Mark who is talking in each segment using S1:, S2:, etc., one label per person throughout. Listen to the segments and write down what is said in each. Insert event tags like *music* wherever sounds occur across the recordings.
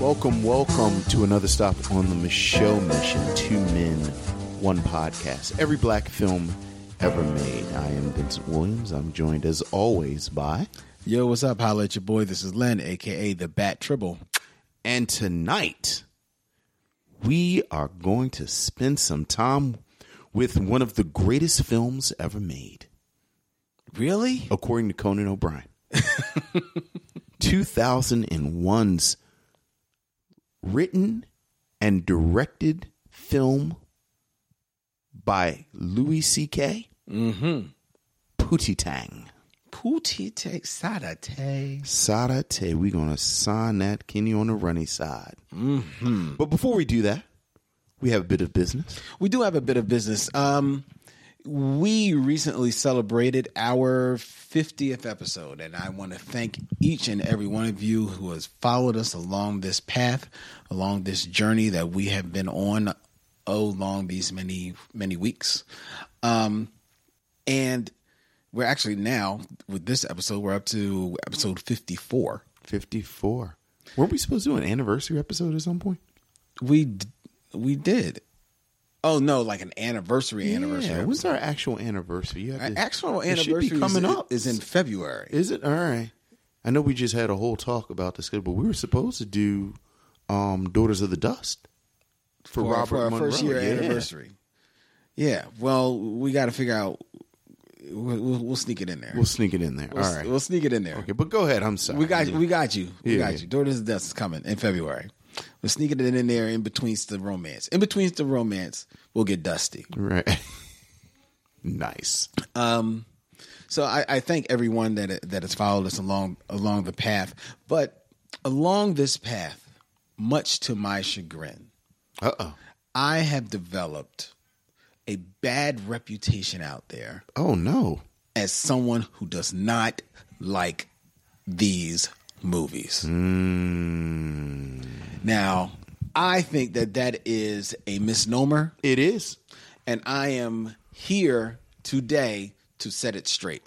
S1: Welcome, welcome to another stop on the Michelle Mission Two Men, One Podcast. Every black film ever made. I am Vincent Williams. I'm joined as always by.
S2: Yo, what's up? Holla at your boy. This is Len, aka the Bat Tribble.
S1: And tonight, we are going to spend some time with one of the greatest films ever made,
S2: Really?
S1: according to Conan O'Brien. *laughs* 2001's written and directed film by Louis C.K. Mm-hmm. Pootie Tang.
S2: Pootie take sadate.
S1: Sada Te, we're going to sign that Kenny on the runny side. Mm-hmm. But before we do that, we have a bit of business.
S2: We do have a bit of business. Um, we recently celebrated our 50th episode, and I want to thank each and every one of you who has followed us along this path, along this journey that we have been on oh long these many many weeks. Um, and we're actually now with this episode, we're up to episode 54.
S1: 54. Weren't we supposed to do an anniversary episode at some point?
S2: We d- we did. Oh no, like an anniversary anniversary.
S1: Yeah, when's our actual anniversary? You
S2: Our
S1: have to-
S2: actual
S1: it should be
S2: anniversary
S1: coming
S2: is,
S1: up.
S2: is in February.
S1: Is it all right? I know we just had a whole talk about this, but we were supposed to do um, "Daughters of the Dust" for,
S2: for,
S1: Robert
S2: for our first
S1: Monroe.
S2: year
S1: Yeah.
S2: anniversary. Yeah. Well, we got to figure out. We'll, we'll, we'll sneak it in there.
S1: We'll sneak it in there.
S2: We'll
S1: all
S2: s-
S1: right.
S2: We'll sneak it in there.
S1: okay, but go ahead. I'm sorry.
S2: We got we got you. We
S1: Yeah.
S2: got you. Daughters of Dust is coming in February. We're sneaking it in there in between the romance. In between the romance, we'll get dusty.
S1: right. *laughs* nice.
S2: Um, so I, I thank everyone that that has followed us along along the path. But along this path, much to my chagrin,
S1: Uh oh.
S2: I have developed a bad reputation out there
S1: Oh no.
S2: as someone who does not like these movies. Now, I think that that is a misnomer,
S1: It is.
S2: and I am here today to set it
S1: *laughs*
S2: straight.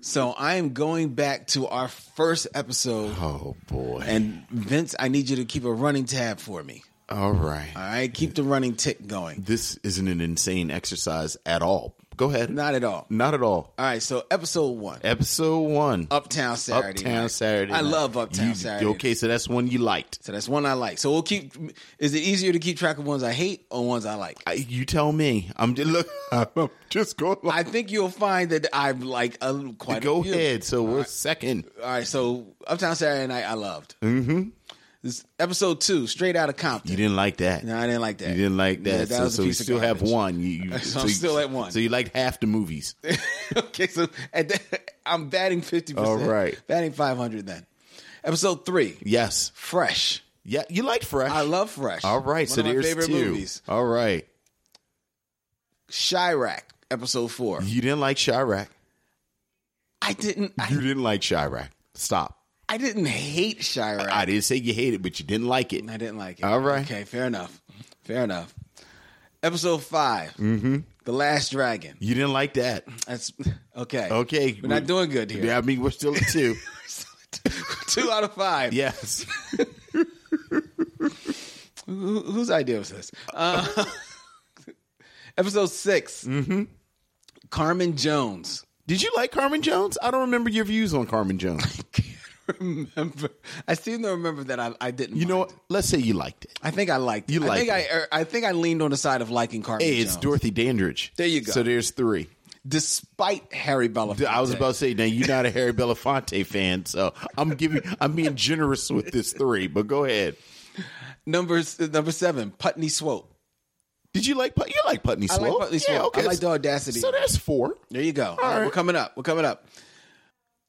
S2: so I am going back to our first episode,
S1: Oh boy.
S2: and Vince, I need you to keep a running tab for me.
S1: all right.
S2: All right, keep the running tick going.
S1: This isn't an insane exercise at all. Go ahead.
S2: Not at all.
S1: Not at all.
S2: All right, so episode one.
S1: Episode one.
S2: Uptown Saturday.
S1: Uptown
S2: night.
S1: Saturday.
S2: I
S1: Night.
S2: love Uptown
S1: You-
S2: Saturday. Okay.
S1: Okay, so that's one you liked.
S2: So that's one I like. So we'll keep. Is it easier to keep track of ones I hate or ones I like?
S1: I, you tell me. I'm just
S2: *laughs*
S1: look. I'm just going. Like,
S2: I think you'll find that I like a, quite.
S1: go
S2: a few.
S1: ahead. So we're
S2: *laughs*
S1: second.
S2: All right. So Uptown Saturday night, I loved. Mm-hmm. This episode two, straight out of
S1: You
S2: Compton.
S1: didn't like that.
S2: no, I didn't like that.
S1: You didn't like
S2: Yeah,
S1: that. so
S2: was a
S1: so you
S2: piece of
S1: still have
S2: garbage.
S1: one. You, you,
S2: So I'm
S1: you-
S2: still at one.
S1: So you liked half the movies.
S2: *laughs* okay, so at that, I'm batting fifty percent.
S1: All right.
S2: batting five hundred then. Episode three,
S1: yes.
S2: Fresh.
S1: Yeah. You liked Fresh.
S2: I love Fresh.
S1: All right.
S2: One
S1: so
S2: of my
S1: there's
S2: favorite
S1: two.
S2: movies.
S1: All right.
S2: Chirac, episode four.
S1: You didn't like Chirac.
S2: I didn't. I
S1: You didn't like Chirac. Stop.
S2: I didn't hate Chirac.
S1: I
S2: I,
S1: didn't say you hated, but you didn't like it.
S2: didn't like it.
S1: All right.
S2: Okay, fair enough. Fair enough. Episode 5 Mm-hmm. The Last Dragon.
S1: You didn't like that.
S2: That's okay.
S1: Okay.
S2: We're not doing good here.
S1: Yeah, I mean, we're still at two.
S2: *laughs* Two out of five.
S1: yes.
S2: Who- whose idea was this? Uh, *laughs* episode 6 Mm-hmm. Carmen Jones. *laughs*
S1: Did you like Carmen Jones? I don't remember your views on Carmen Jones.
S2: Remember, I seem to remember that I, I didn't.
S1: You know
S2: mind
S1: what? Let's say you liked it.
S2: it. I think I liked. It.
S1: You
S2: I
S1: liked
S2: think I, er, I think I leaned on the side of liking Carmen.
S1: Hey, it's
S2: Jones.
S1: Dorothy Dandridge.
S2: There you go.
S1: So there's three.
S2: despite Harry Belafonte.
S1: I was about to say, now you're not a Harry Belafonte fan, so I'm giving, I'm being generous with this three. But go ahead.
S2: Number number seven, Putney Swope.
S1: Did you like Put- you like Putney
S2: I
S1: Slope?
S2: like Putney Slope.
S1: Yeah, okay.
S2: I like the audacity.
S1: So that's four.
S2: There you go. All right,
S1: right.
S2: we're coming up. We're coming up.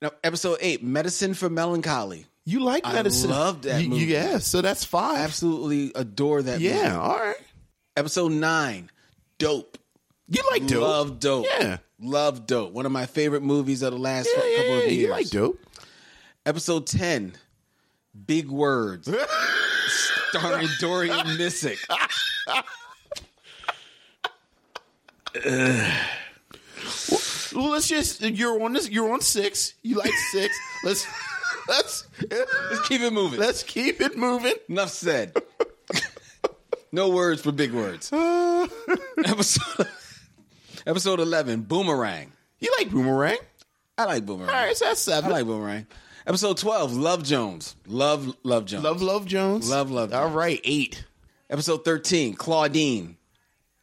S2: Now, episode eight, medicine for melancholy.
S1: You like
S2: I
S1: medicine?
S2: love that
S1: You-
S2: movie.
S1: Yeah, so that's five.
S2: Absolutely adore that.
S1: Yeah,
S2: movie.
S1: all right.
S2: Episode nine, dope.
S1: You like dope?
S2: Love dope.
S1: Yeah.
S2: Love dope. One of my favorite movies of the last
S1: yeah, yeah,
S2: couple
S1: yeah,
S2: of years.
S1: You like dope?
S2: Episode ten, big
S1: *laughs*
S2: words, starring Dorian Missick.
S1: Well, let's just you're on this. You're on six. You like
S2: *laughs*
S1: six. let's let's
S2: Let's keep it moving.
S1: let's keep it moving.
S2: Enough said. *laughs* no words for big words.
S1: *laughs*
S2: episode, *laughs* episode 11 Boomerang.
S1: You like boomerang?
S2: I like Boomerang.
S1: All right, so that's
S2: I
S1: seven.
S2: like Boomerang. Episode 12 Love Jones. Love, Love Jones.
S1: love, love Jones.
S2: Love Love
S1: All
S2: Jones.
S1: right, eight.
S2: Episode 13 Claudine.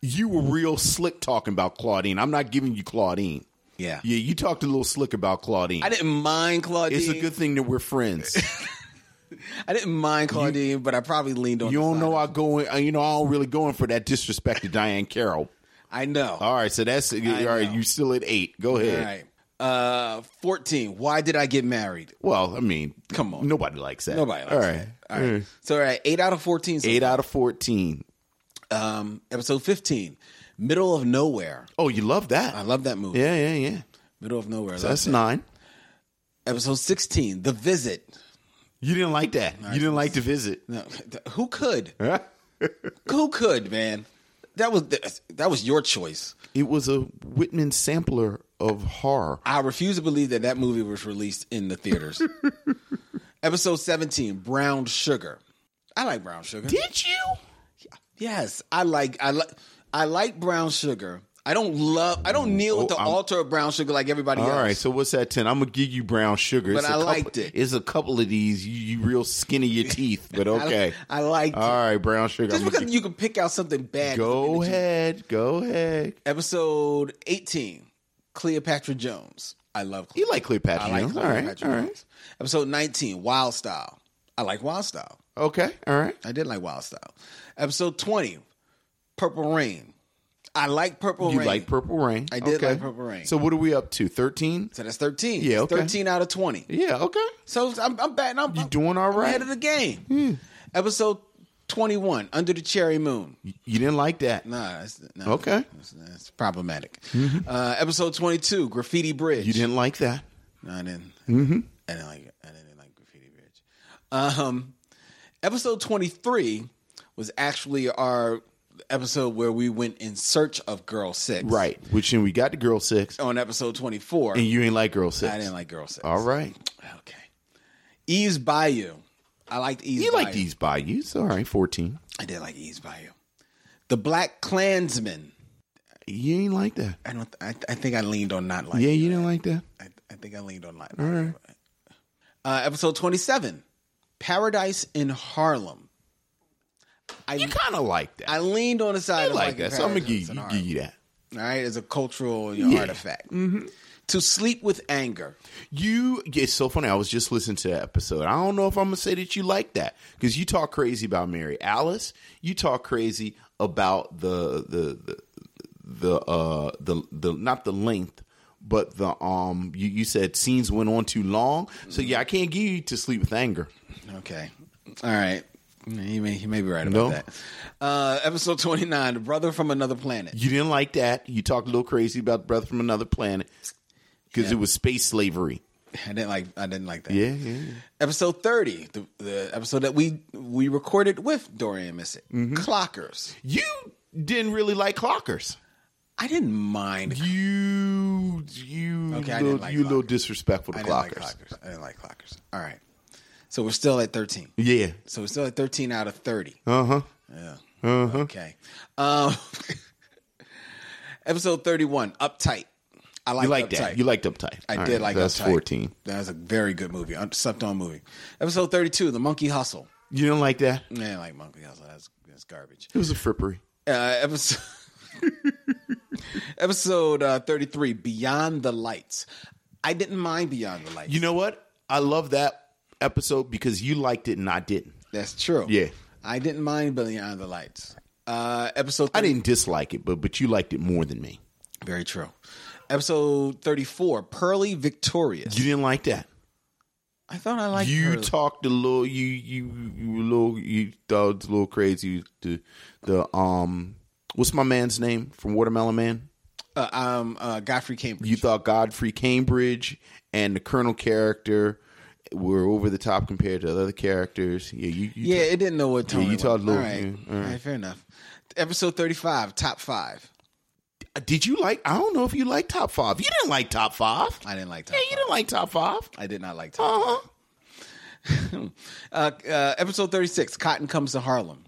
S1: You were real slick talking about Claudine. I'm not giving you Claudine.
S2: Yeah.
S1: Yeah, you talked a little slick about Claudine.
S2: I didn't mind Claudine.
S1: it's a good thing that we're
S2: *laughs*
S1: friends.
S2: I didn't mind Claudine, but I probably leaned on
S1: you
S2: the
S1: don't
S2: side.
S1: know I go. In, uh, you know I don't really go in for that disrespect to Diane Carroll.
S2: I know.
S1: All right, so that's all right.
S2: know.
S1: You still at eight? Go
S2: All
S1: ahead.
S2: right. Uh, 14 Why did I get married?
S1: Well, I mean,
S2: Come on.
S1: nobody likes that.
S2: Nobody likes
S1: All right,
S2: that. All right. So, all right, 8 out of 14. So
S1: Mm. eight out of fourteen.
S2: um, episode 15 middle of nowhere
S1: Oh, you love that?
S2: i love that movie
S1: yeah, yeah, yeah.
S2: middle of nowhere I
S1: That's
S2: love
S1: nine.
S2: that. episode 16 the visit
S1: You didn't like that. you didn't like to visit.
S2: no, th- who could
S1: Huh?
S2: who could man that was th- that was your choice
S1: It was a Whitman sampler of horror.
S2: i refuse to believe that that movie was released in
S1: *laughs*
S2: the theaters episode 17 brown sugar i like brown sugar
S1: Did you?
S2: yes i like i like i like brown sugar i don't love i don't kneel at the
S1: Oh, I'm-
S2: altar of brown sugar like everybody
S1: All
S2: else
S1: right, so what's that ten? I'm gonna give you brown sugar.
S2: But
S1: It's a
S2: I
S1: couple-
S2: liked it.
S1: It's a couple of these. You, you real skinny your
S2: *laughs*
S1: teeth, but
S2: I,
S1: okay.
S2: i like
S1: All right, brown sugar.
S2: Just
S1: I'm gonna
S2: because you can pick out something bad.
S1: give- go
S2: doesn't mean that you-
S1: ahead, go ahead.
S2: Episode 18, Cleopatra Jones. I love
S1: You
S2: Cleopatra.
S1: like Cleopatra?
S2: I like
S1: Jones.
S2: Cleopatra
S1: all right, all right.
S2: Jones. Episode 19, Wild Style. I like Wild Style.
S1: Okay, all right.
S2: I did like Wild Style. Episode 20, Purple Rain. I like Purple
S1: You
S2: Rain.
S1: like Purple Rain?
S2: I did like Purple Rain.
S1: So what are we up to? Thirteen?
S2: so that's 13.
S1: Yeah, okay.
S2: 13 out of 20.
S1: Yeah. Okay.
S2: So I'm, I'm batting. I'm,
S1: You doing all
S2: I'm
S1: right? Hmm.
S2: ahead of the game. Episode 21, Under the Cherry Moon.
S1: You didn't like that.
S2: Nah, that's, no,
S1: Okay. Mm-hmm.
S2: that's, that's problematic. Uh, episode twenty-two, Graffiti Bridge.
S1: You didn't like that.
S2: No, I didn't. Mm-hmm. I didn't like. I didn't like Graffiti Bridge. Um, episode twenty-three was actually our episode where we went in search of Girl Six.
S1: Right. Which then we got to girl six,
S2: on episode twenty-four.
S1: and you ain't like girl six.
S2: I didn't like Girl Six.
S1: All right.
S2: Okay. Ease Bayou. I liked Ease.
S1: You
S2: Bayou.
S1: like these bayous. All right. 14.
S2: I did like Ease Bayou. The Black Klansman.
S1: You ain't like that.
S2: I don't. I, I think I leaned on not like.
S1: Yeah, you didn't like that.
S2: I, I think I leaned on Latin. Uh, episode 27, Paradise in Harlem.
S1: You
S2: I,
S1: kind of like that.
S2: I leaned on the side
S1: I
S2: of
S1: like that. So I'm going to give
S2: Paradise
S1: you,
S2: in
S1: give
S2: Harlem,
S1: you that.
S2: All right, as a cultural you know,
S1: Yeah. Mm-hmm.
S2: artifact. To sleep with anger.
S1: You, it's so funny. I was just listening to that episode. I don't know if I'm going to say that you like that because you talk crazy about Mary Alice. You talk crazy about the, the, the, the, uh, the, the, not the length, but the, um, you, you said scenes went on too long. So yeah, I can't give you to sleep with anger.
S2: Okay. All right. He may, he may be right about
S1: No.
S2: that. Uh, episode 29, Brother from Another Planet.
S1: You didn't like that. You talked a little crazy about Brother from Another Planet because it was space slavery.
S2: I didn't like I didn't like that.
S1: Yeah, yeah, yeah.
S2: Episode 30, the, the episode that we we recorded with Dorian Missick.
S1: Mm-hmm.
S2: Clockers.
S1: You didn't really like clockers.
S2: I didn't mind
S1: You, you,
S2: Okay, I
S1: little,
S2: didn't like
S1: you little
S2: clockers.
S1: disrespectful to
S2: I
S1: clockers.
S2: didn't like clockers. I didn't like clockers. All right. So we're still at 13.
S1: Yeah.
S2: So we're still at 13 out of 30.
S1: Uh huh.
S2: Yeah.
S1: Uh-huh.
S2: Okay. Um, *laughs* episode 31, Uptight. I like,
S1: You like that.
S2: Uptight.
S1: You liked uptight.
S2: I
S1: All
S2: did
S1: right,
S2: like
S1: that's
S2: Uptight.
S1: fourteen.
S2: That was a very good movie. Un- Slept on movie. Episode 32, The Monkey Hustle.
S1: You didn't like that.
S2: Man, I like Monkey Hustle. That's, that's garbage.
S1: It was a frippery.
S2: Uh, episode *laughs* episode uh, 33, Beyond the Lights. I didn't mind Beyond the Lights.
S1: You know what? I love that episode because you liked it and I didn't.
S2: That's true.
S1: Yeah.
S2: I didn't mind Beyond the Lights. Uh, episode
S1: I didn't dislike it, but but you liked it more than me.
S2: Very true. Episode 34, Pearly Victorious.
S1: You didn't like that.
S2: I thought I liked
S1: you
S2: Pearly.
S1: talked a little. You you you were a little. You thought it was a little crazy. The the um. What's my man's name from Watermelon Man?
S2: uh, um, uh, Godfrey Cambridge.
S1: You thought Godfrey Cambridge and the Colonel character were over the top compared to the other characters. Yeah, you, you
S2: yeah, it didn't know what tone
S1: you
S2: it was.
S1: talked a little-
S2: All right.
S1: yeah, all
S2: all right, fair enough. Episode 35, Top 5.
S1: talked- did you like? I don't know if you like Top Five. You didn't like Top Five.
S2: I didn't like Top
S1: Yeah, you
S2: 5.
S1: didn't like Top Five.
S2: I did not like Top
S1: Uh huh. Oh.
S2: 5. *laughs* Uh, uh, episode 36, Cotton Comes to Harlem.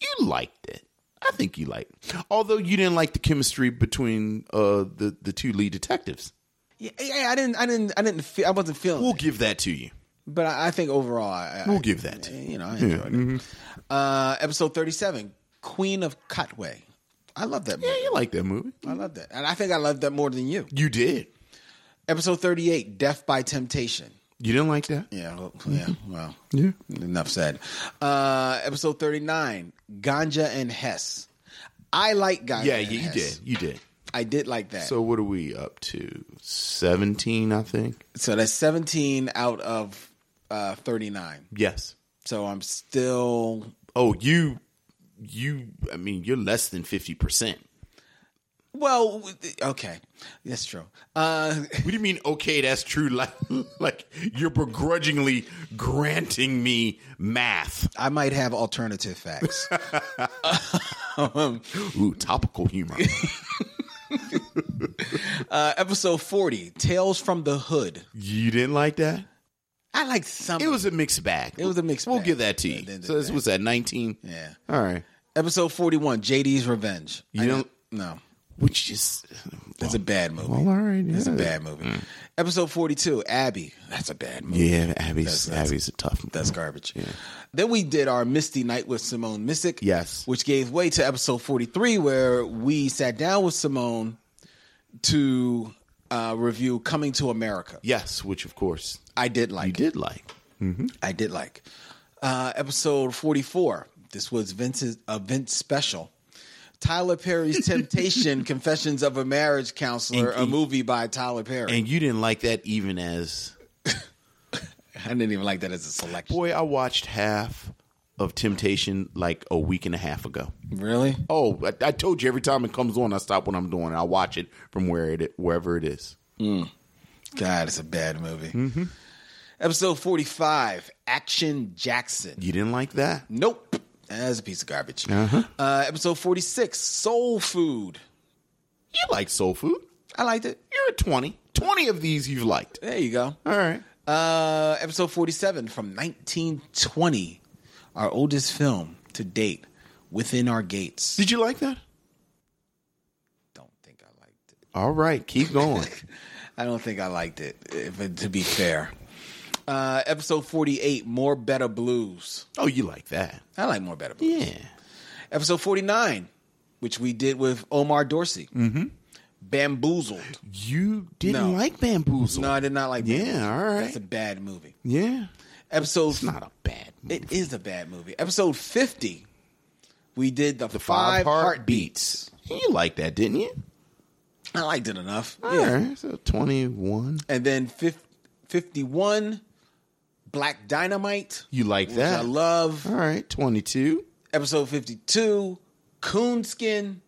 S1: you liked it. I think you liked. Although you didn't like the chemistry between uh, the the two lead detectives.
S2: Yeah, yeah, I didn't, I didn't, I didn't feel, I wasn't feeling
S1: We'll
S2: it.
S1: give that to you.
S2: But I, I think overall, I, I,
S1: We'll give that to you.
S2: you know, I enjoyed it.
S1: Mm-hmm.
S2: Uh, episode 37, Queen of Cotway. I love that movie.
S1: Yeah, you like that movie.
S2: I love that. And I think I love that more than you.
S1: You did.
S2: Episode 38, Death by Temptation.
S1: You didn't like that.
S2: Yeah, well, yeah, well,
S1: Mm-hmm. Yeah.
S2: enough said. Uh, episode 39, Ganja and Hess. I like Ganja.
S1: Yeah,
S2: and
S1: yeah, you
S2: Hess.
S1: did. You did.
S2: I did like that. So,
S1: So what are we up to? Seventeen, I think.
S2: so that's 17 out of uh, 39.
S1: Yes.
S2: So I'm still,
S1: Oh, you, you. I mean, you're less than fifty percent.
S2: well, with- okay, that's true. Uh, *laughs*
S1: What do you mean? Okay, that's true. *laughs* Like, like you're begrudgingly granting me math.
S2: I might have
S1: *laughs*
S2: alternative facts.
S1: Ooh, topical humor.
S2: *laughs* Uh, episode 40, Tales from the Hood.
S1: you didn't like that.
S2: I like some.
S1: It was a mixed bag.
S2: It was a mixed
S1: We'll
S2: bag.
S1: give that to you.
S2: Yeah, then-
S1: so this was at nineteen.
S2: Yeah.
S1: All right.
S2: Episode 41, JD's Revenge.
S1: You
S2: I
S1: don't-
S2: No.
S1: Which is
S2: That's a bad movie.
S1: well, all right. Yeah. Mm.
S2: That's a bad movie. Episode 42, Abby. That's a bad movie.
S1: Yeah, Abby's
S2: that's-
S1: Abby's a tough. one.
S2: That's garbage. Then we did our Misty Night with Simone Missick.
S1: Yes.
S2: Which gave way to episode 43, where we sat down with Simone to uh, review Coming to America.
S1: yes, which of course
S2: I did like
S1: you did like.
S2: I did like. Uh, episode 44. This was Vince's event special. Tyler Perry's Temptation Confessions of a Marriage Counselor, a movie by Tyler Perry.
S1: and you didn't like that even as
S2: I didn't even like that as a selection.
S1: boy i watched half of temptation like a week and a half ago
S2: Really?
S1: oh i, I told you every time it comes on i stop what i'm doing i watch it from where it wherever it is
S2: God, it's a bad movie. Episode 45 Action Jackson.
S1: you didn't like that
S2: Nope. That's a piece of garbage. Uh, episode 46 Soul Food.
S1: you like soul food
S2: I liked it.
S1: you're at 20 20 of these you've liked
S2: There you go.
S1: all right
S2: Uh, episode 47 from 1920, our oldest film to date, Within Our Gates.
S1: did you like that
S2: Don't think I liked it.
S1: all right keep going
S2: I don't think I liked it, if it to be fair. Uh, episode 48, More Better Blues.
S1: *laughs* oh you like that
S2: I like More Better Blues.
S1: yeah
S2: Episode 49, which we did with Omar Dorsey. Mm-hmm. Bamboozled.
S1: you didn't
S2: No.
S1: like bamboozle
S2: No, I did not like
S1: Yeah,
S2: Bamboozled.
S1: all right.
S2: That's a bad movie.
S1: yeah
S2: Episode
S1: it's not a bad movie.
S2: It is a bad movie. Episode 50, we did the,
S1: five
S2: five, heartbeats.
S1: heartbeats you like that didn't you
S2: I liked it enough.
S1: all right
S2: yeah.
S1: so 21
S2: And then fif- 51, Black Dynamite.
S1: You like
S2: which
S1: that?
S2: I love.
S1: All right, 22.
S2: Episode 52, Coonskin,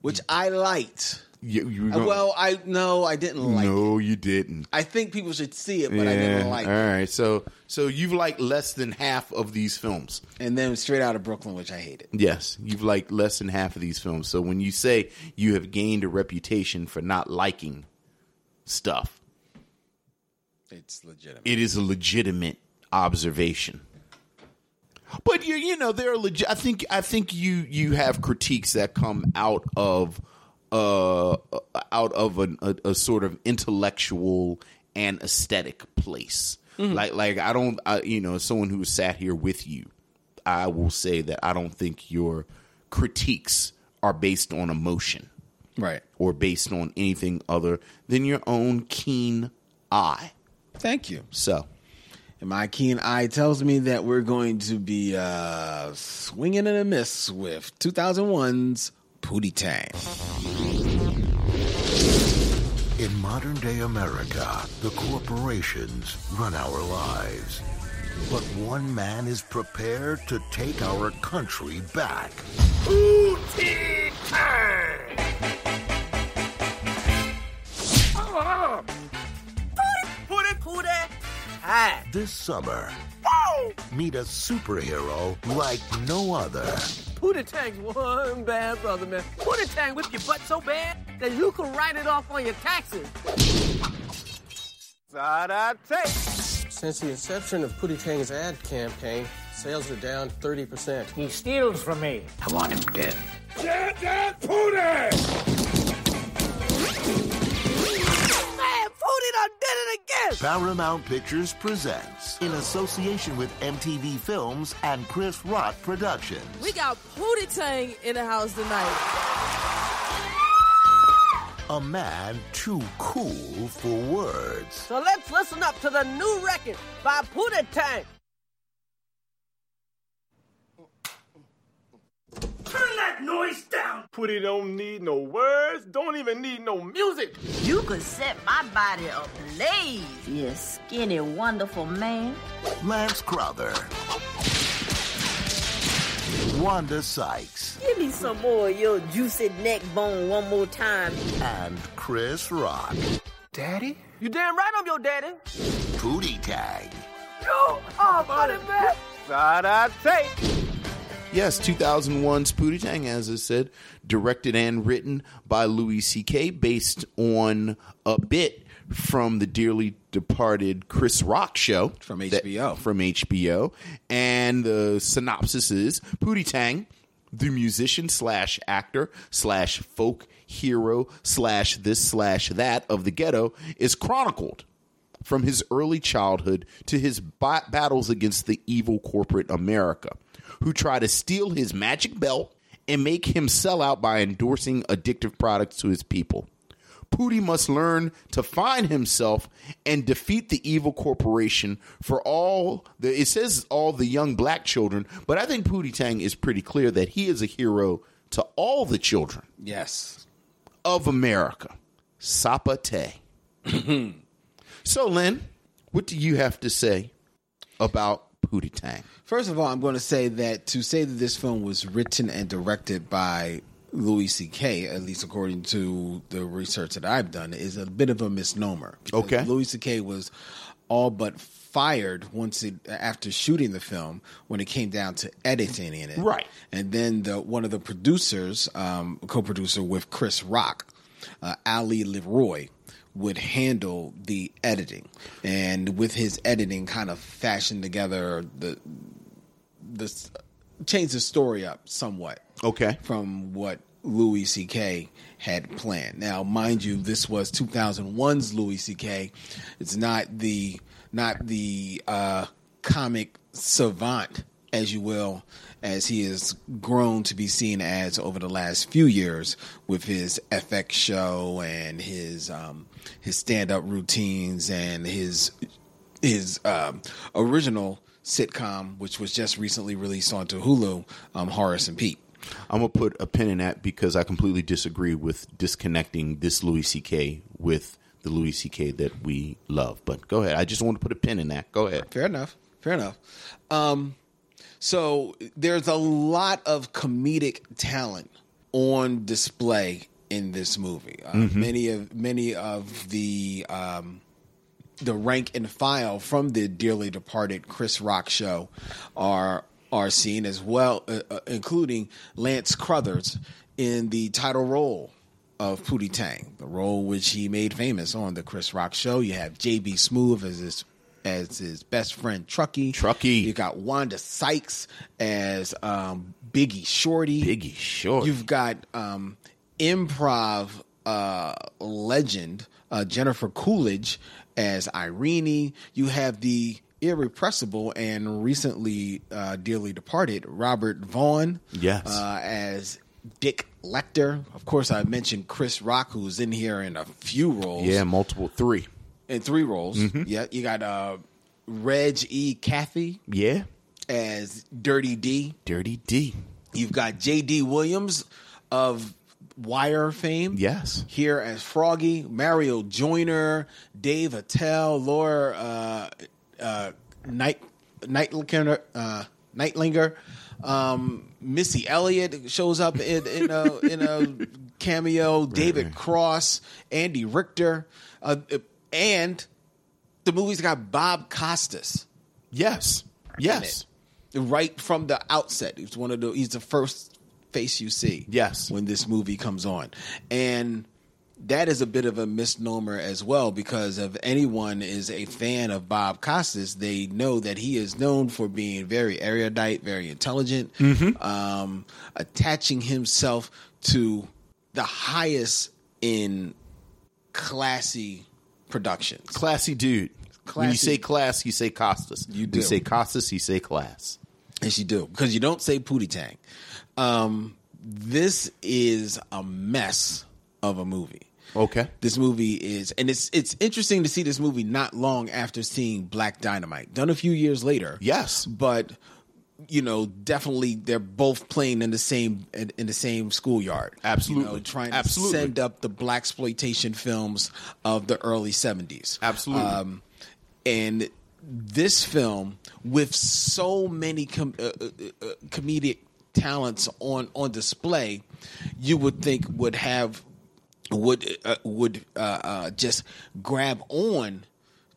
S2: which I liked.
S1: You, you
S2: Uh,
S1: don't-
S2: Well, I no, I didn't like it.
S1: no, you didn't.
S2: I think people should see it, but I didn't like
S1: all
S2: it.
S1: right, so so you've liked less than half of these films.
S2: And then Straight Out of Brooklyn, which I hated.
S1: Yes, you've liked less than half of these films. So when you say you have gained a reputation for not liking stuff,
S2: It's legitimate.
S1: it is a legitimate observation. But you you know there are legit. I think I think you you have critiques that come out of uh out of an, a, a sort of intellectual and aesthetic place. Like like I don't I, you know as someone who sat here with you, I will say that I don't think your critiques are based on emotion
S2: right.
S1: or based on anything other than your own keen eye.
S2: Thank you.
S1: So
S2: And my keen eye tells me that we're going to be uh, swinging and a miss with 2001's Pootie Tang.
S3: In modern day America, the corporations run our lives. But one man is prepared to take our country back. This summer, meet a superhero like no other.
S4: Pootie Tang's one bad brother, man. Pootie Tang whipped your butt so bad that you can write it off on your taxes.
S5: Since the inception of Pootie Tang's ad campaign, sales are down 30%.
S4: He steals from me.
S3: Paramount Pictures presents, in association with MTV Films and Chris Rock Productions,
S6: We got Pootie Tang in the house tonight.
S3: a man too cool for words.
S4: So let's listen up to the new record by Pootie Tang.
S7: Turn that noise down. Pootie don't need no words. Don't even need no music.
S8: You could set my body ablaze, you skinny, wonderful man.
S3: Lance Crowther, Wanda Sykes,
S8: Give me some more of your juicy neck bone one more time.
S3: and Chris Rock.
S4: You damn right I'm your daddy.
S3: Pootie Tag.
S4: You are Pootie Man.
S1: Yes, 2001's Pootie Tang, as I said, directed and written by Louis C.K., based on a bit from the dearly departed Chris Rock show.
S2: From
S1: that-
S2: HBO.
S1: from HBO. And the synopsis is Pootie Tang, the musician slash actor slash folk hero slash this slash that of the ghetto, is chronicled from his early childhood to his ba- battles against the evil corporate America, who try to steal his magic belt and make him sell out by endorsing addictive products to his people. Pootie must learn to find himself and defeat the evil corporation for all the it says all the young black children, but I think Pootie Tang is pretty clear that he is a hero to all the children
S2: Yes.
S1: of America. Sapate. so, Lynn, what do you have to say about Pootie Tang?
S2: First of all, I'm going to say that to say that this film was written and directed by Louis C.K., at least according to the research that I've done, is a bit of a misnomer. Because
S1: Okay.
S2: Louis C.K. was all but fired once it after shooting the film when it came down to editing in it.
S1: Right.
S2: And then the one of the producers, um, co-producer with Chris Rock, uh, Ali Leroy, would handle the editing, and with his editing, kind of fashion together the this change the story up somewhat
S1: Okay.
S2: from what Louis C.K. had planned. Now, mind you, this was 2001's Louis C.K. It's not the not the uh, comic savant, as you will, as he has grown to be seen as over the last few years with his FX show and his um, his stand up routines and his his um, original sitcom, which was just recently released onto Hulu, um, Horace and Pete.
S1: I'm going to put a pin in that because I completely disagree with disconnecting this Louis C.K. with the Louis C.K. that we love. But go ahead. I just want to put a pin in that. Go ahead.
S2: fair enough. Fair enough. Um, so there's a lot of comedic talent on display in this movie. Uh, Many of many of the um, the rank and file from the dearly departed Chris Rock show are are seen as well, uh, uh, including Lance Crothers in the title role of Pootie Tang, the role which he made famous on the Chris Rock show. You have J.B. Smoove as his as his best friend Truckee.
S1: Truckee.
S2: You got Wanda Sykes as um, Biggie Shorty.
S1: Biggie Short.
S2: You've got um, improv uh, legend uh, Jennifer Coolidge as Irene. You have the irrepressible and recently uh, dearly departed Robert Vaughn.
S1: Yes.
S2: Uh, as Dick Lecter. Of course, I mentioned Chris Rock, who's in here in a few roles
S1: yeah, multiple three. Mm-hmm.
S2: in three roles. Yeah, you got uh, Reg E. Caffey
S1: Yeah.
S2: as Dirty D.
S1: Dirty D.
S2: You've got J.D. Williams of Wire fame.
S1: Yes.
S2: Here as Froggy, Mario Joyner, Dave Attell, Laura uh, uh, Night Nightlinger, uh, Nightlinger, um, Missy Elliott shows up in in a, in a cameo. David
S1: right.
S2: Cross, Andy Richter, uh, and the movie's got Bob Costas
S1: Yes. Yes.
S2: in it. Right from the outset, he's one of the he's the first face you see.
S1: Yes.
S2: when this movie comes on, and that is a bit of a misnomer as well because if anyone is a fan of Bob Costas, they know that he is known for being very erudite, very intelligent, um, attaching himself to the highest in classy productions.
S1: Classy dude. When you
S2: Classy.
S1: say class, you say Costas.
S2: You
S1: When
S2: do.
S1: you say Costas, you say class.
S2: Yes, you do because you don't say Pootie Tang. Um, this is a mess of a movie.
S1: Okay.
S2: This movie is, and it's it's interesting to see this movie not long after seeing Black Dynamite, done a few years later.
S1: Yes.
S2: but you know, definitely they're both playing in the same in in the same schoolyard. you know,
S1: Absolutely.
S2: trying
S1: Absolutely.
S2: to send up the black exploitation films of the early seventies.
S1: Absolutely.
S2: Um, and this film, with so many com- uh, uh, uh, comedic talents on on display, you would think would have would uh, would uh, uh, just grab on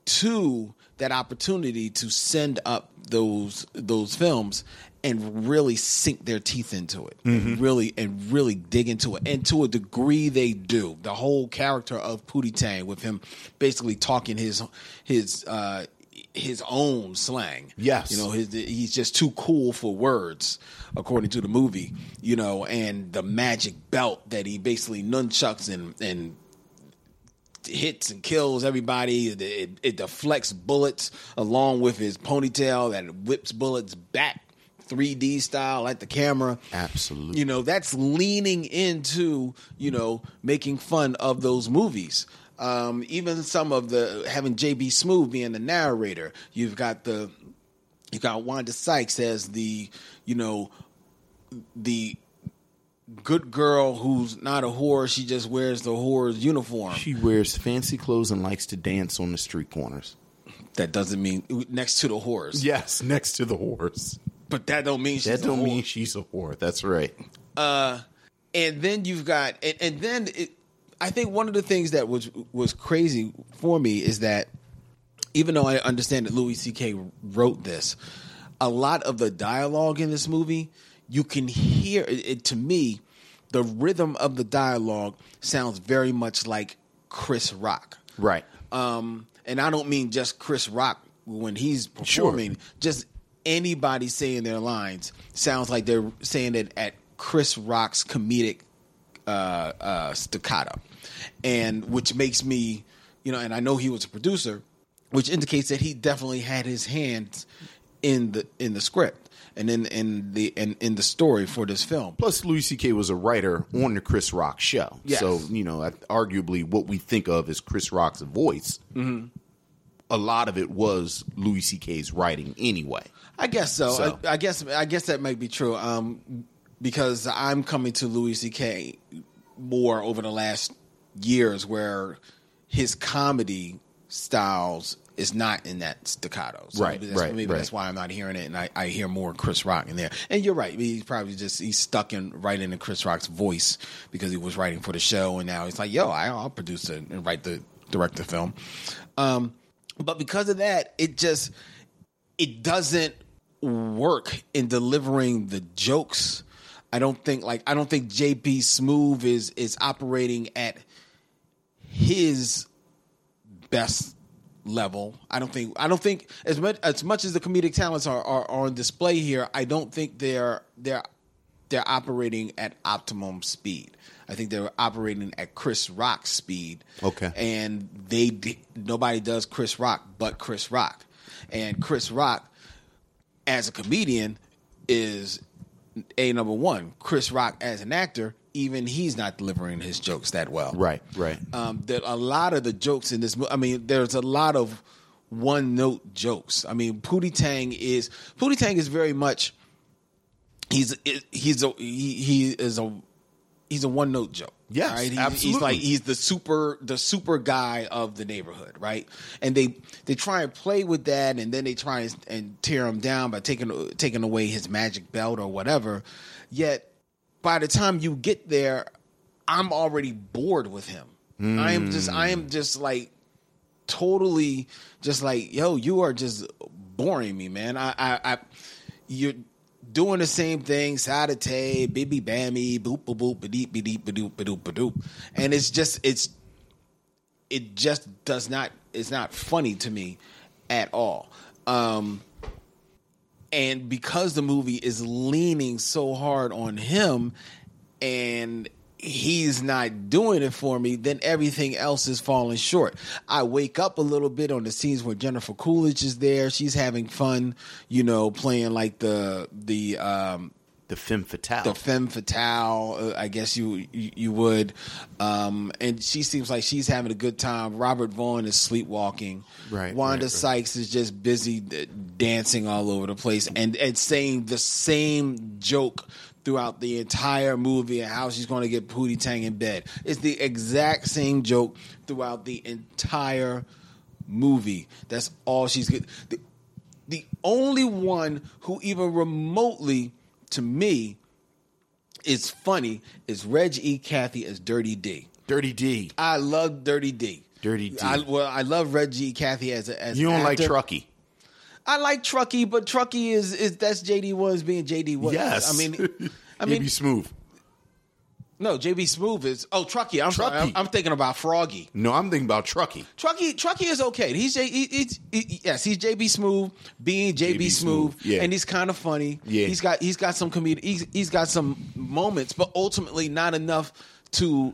S2: to that opportunity to send up those those films and really sink their teeth into it and really and really dig into it and to a degree they do the whole character of Pootie Tang with him basically talking his his uh his own slang
S1: Yes.
S2: you know his, he's just too cool for words according to the movie you know and the magic belt that he basically nunchucks and and hits and kills everybody. It, it, it deflects bullets along with his ponytail that whips bullets back 3D style at the camera.
S1: Absolutely.
S2: You know, that's leaning into, you know, making fun of those movies. Um, even some of the having JB Smooth being the narrator. You've got the you got Wanda Sykes as the, you know, the good girl who's not a whore, she just wears the whore's uniform.
S1: She wears fancy clothes and likes to dance on the street corners.
S2: That doesn't mean next to the horse.
S1: Yes, next to the horse.
S2: But that don't mean she's
S1: That don't
S2: a
S1: mean
S2: whore.
S1: she's a whore. That's right.
S2: And then you've got and, and then it, I think one of the things that was was crazy for me is that even though I understand that Louis C.K. wrote this, a lot of the dialogue in this movie, you can hear it, it to me, the rhythm of the dialogue sounds very much like Chris Rock.
S1: Right.
S2: um, and I don't mean just Chris Rock when he's performing. Just anybody saying their lines sounds like they're saying it at Chris Rock's comedic uh, uh, staccato, and which makes me, you know, and I know he was a producer, which indicates that he definitely had his hands in the in the script and in in the and in the story for this film.
S1: Plus, Louis C.K. was a writer on the Chris Rock show.
S2: Yes.
S1: So, you know, I- arguably what we think of as Chris Rock's voice,
S2: Mm-hmm.
S1: a lot of it was Louis C.K.'s writing anyway.
S2: I guess so.
S1: So.
S2: I, I guess I guess that might be true. Um, because I'm coming to Louis C.K. more over the last years, where his comedy styles is not in that staccato. So
S1: Right,
S2: maybe that's,
S1: right,
S2: Maybe
S1: right.
S2: that's why I'm not hearing it, and I, I hear more Chris Rock in there. And you're right. He's probably just he's stuck in right into Chris Rock's voice because he was writing for the show, and now he's like, "Yo, I, I'll produce it and write the direct the film." Um, but because of that, it just it doesn't work in delivering the jokes. I don't think like I don't think JP Smooth is is operating at his best level. I don't think I don't think as much as much as the comedic talents are, are, are on display here, I don't think they're they're they're operating at optimum speed. I think they're operating at Chris Rock speed.
S1: Okay.
S2: And they d- nobody does Chris Rock but Chris Rock. And Chris Rock as a comedian is a number 1. Chris Rock as an actor, even he's not delivering his jokes that well
S1: Uh, Right, right.
S2: um, that a lot of the jokes in this movie, I mean, there's a lot of one note jokes. I mean, Pootie Tang is Pootie Tang is very much he's he's a he, he is a he's a one note joke.
S1: Yes,
S2: right? He-
S1: absolutely.
S2: He's like he's the super the super guy of the neighborhood, right? And they they try and play with that, and then they try and, and tear him down by taking taking away his magic belt or whatever. Yet by the time you get there, I'm already bored with him. I am just I
S1: Mm.
S2: am just like totally just like yo, you are just boring me, man. I I, I you're doing the same thing, sada tay, bibby bammy, boop boop boop, bedeep bedeep bedoop bedoop bedoop, and it's just it's it just does not it's not funny to me at all. Um, and because the movie is leaning so hard on him and he's not doing it for me then everything else is falling short i wake up a little bit on the scenes where jennifer coolidge is there she's having fun you know playing like the the um
S1: The femme fatale.
S2: the femme fatale, uh, I guess you you, you would. Um, and she seems like she's having a good time. Robert Vaughn is sleepwalking.
S1: Right,
S2: Wanda
S1: right, right.
S2: Sykes is just busy d- dancing all over the place and and saying the same joke throughout the entire movie and how she's going to get Pootie Tang in bed. It's the exact same joke throughout the entire movie. That's all she's get. The, the only one who even remotely to me is funny is Reg E. Cathy as Dirty D.
S1: Dirty D.
S2: I love Dirty D.
S1: Dirty D.
S2: I, well, I love Reg E. Cathy as a as
S1: you don't
S2: an
S1: like
S2: actor.
S1: Truckee.
S2: I like Truckee, but Truckee is is that's JD Woods being JD Woods.
S1: Yes. *laughs*
S2: I mean, I
S1: He
S2: mean
S1: be smooth.
S2: no, JB Smooth is oh Truckee. I'm sorry, I'm,
S1: Truckee.
S2: I'm thinking about Froggy.
S1: No, I'm thinking about Truckee.
S2: Truckee, Truckee is okay. He's J, he, he, he- yes, he's JB Smooth, being JB,
S1: JB
S2: Smooth,
S1: Smoove, yeah.
S2: and he's kind of funny.
S1: Yeah.
S2: he's got he's got some comedic. He's, he's got some moments, but ultimately not enough to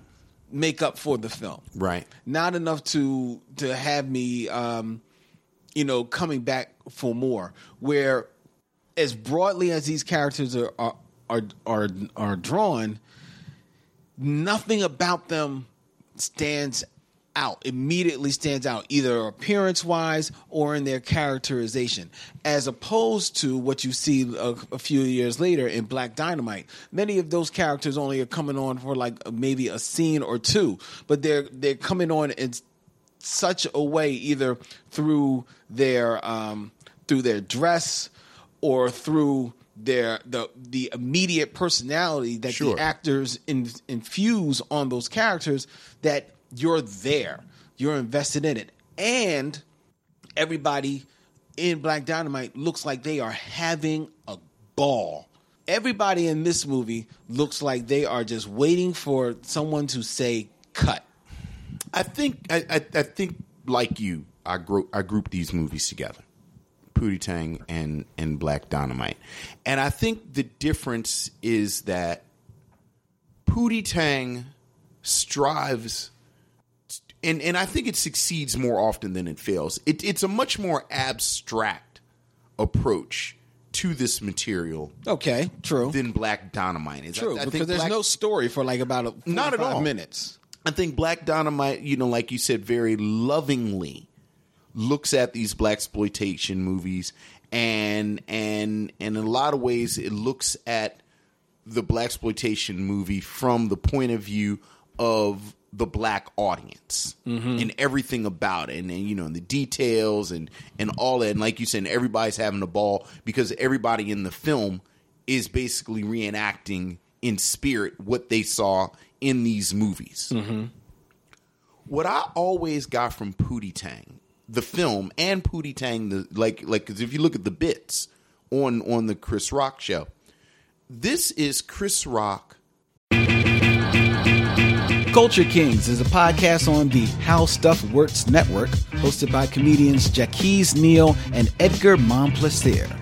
S2: make up for the film.
S1: Right.
S2: Not enough to to have me, um, you know, coming back for more. Where as broadly as these characters are are are are, are drawn, nothing about them stands out immediately stands out either appearance wise or in their characterization as opposed to what you see a, a few years later in black dynamite many of those characters only are coming on for like maybe a scene or two but they're they're coming on in such a way either through their um, through their dress or through their the the immediate personality that
S1: Sure.
S2: the actors in, infuse on those characters that you're there you're invested in it and everybody in Black Dynamite looks like they are having a ball. Everybody in this movie looks like they are just waiting for someone to say cut.
S1: I think I, I, I think like you, I group I grouped these movies together, Pootie Tang and and Black Dynamite, and I think the difference is that Pootie Tang strives, t- and and I think it succeeds more often than it fails. It, it's a much more abstract approach to this material
S2: Okay, true.
S1: than Black Dynamite is. I-
S2: True,
S1: I, think
S2: because there's
S1: Black-
S2: no story for like about a
S1: Not at
S2: 45
S1: all.
S2: minutes.
S1: I think Black Dynamite, you know, like you said, very lovingly looks at these black exploitation movies, and and and in a lot of ways, it looks at the black exploitation movie from the point of view of the black audience and everything about it, and, and you know, and the details and and all that. And like you said, everybody's having a ball because everybody in the film is basically reenacting in spirit what they saw in these movies. What I always got from Pootie Tang, the film, and Pootie Tang, the like, like 'cause if you look at the bits on on the Chris Rock show, this is Chris Rock.
S2: Culture Kings is a podcast on the How Stuff Works Network, hosted by comedians Jackie's Neal and Edgar Monplaisir.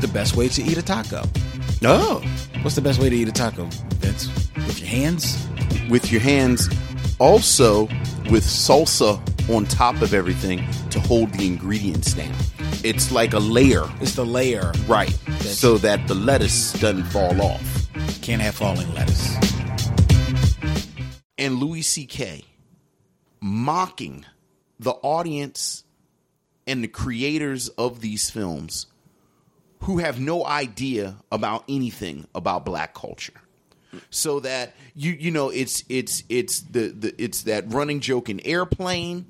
S2: the best way to eat a taco.
S1: Oh,
S2: What's the best way to eat a taco, Vince? With your hands?
S1: with your hands, also with salsa on top of everything to hold the ingredients down. It's like a layer,
S2: It's the layer.
S1: right? So that the lettuce doesn't fall off.
S2: Can't have falling lettuce.
S1: and Louis C.K. mocking the audience and the creators of these films who have no idea about anything about black culture. So that you you know it's it's it's the, the it's that running joke in airplane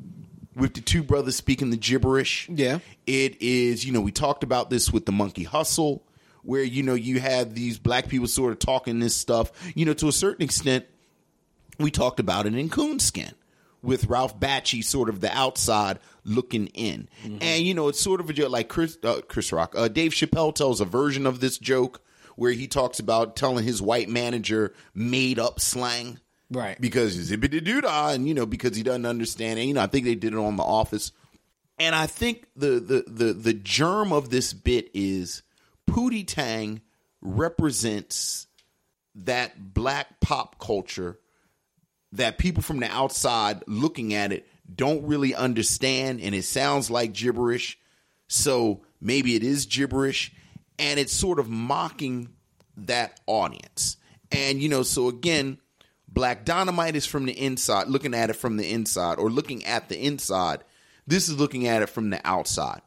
S1: with the two brothers speaking the gibberish.
S2: Yeah.
S1: It is, you know, we talked about this with the monkey hustle, where, you know, you have these black people sort of talking this stuff. You know, to a certain extent, we talked about it in Coonskin with Ralph Bakshi, sort of the outside looking in. And, you know, it's sort of a joke like Chris, uh, Chris Rock, uh, Dave Chappelle tells a version of this joke where he talks about telling his white manager made up slang.
S2: Right.
S1: Because zippity doo dah, and, you know, because he doesn't understand. And, you know, I think they did it on The Office. And I think the the the the germ of this bit is Pootie Tang represents that black pop culture that people from the outside looking at it don't really understand and it sounds like gibberish. So maybe it is gibberish and it's sort of mocking that audience. And you know, so again, Black Dynamite is from the inside, looking at it from the inside or looking at the inside. This is looking at it from the outside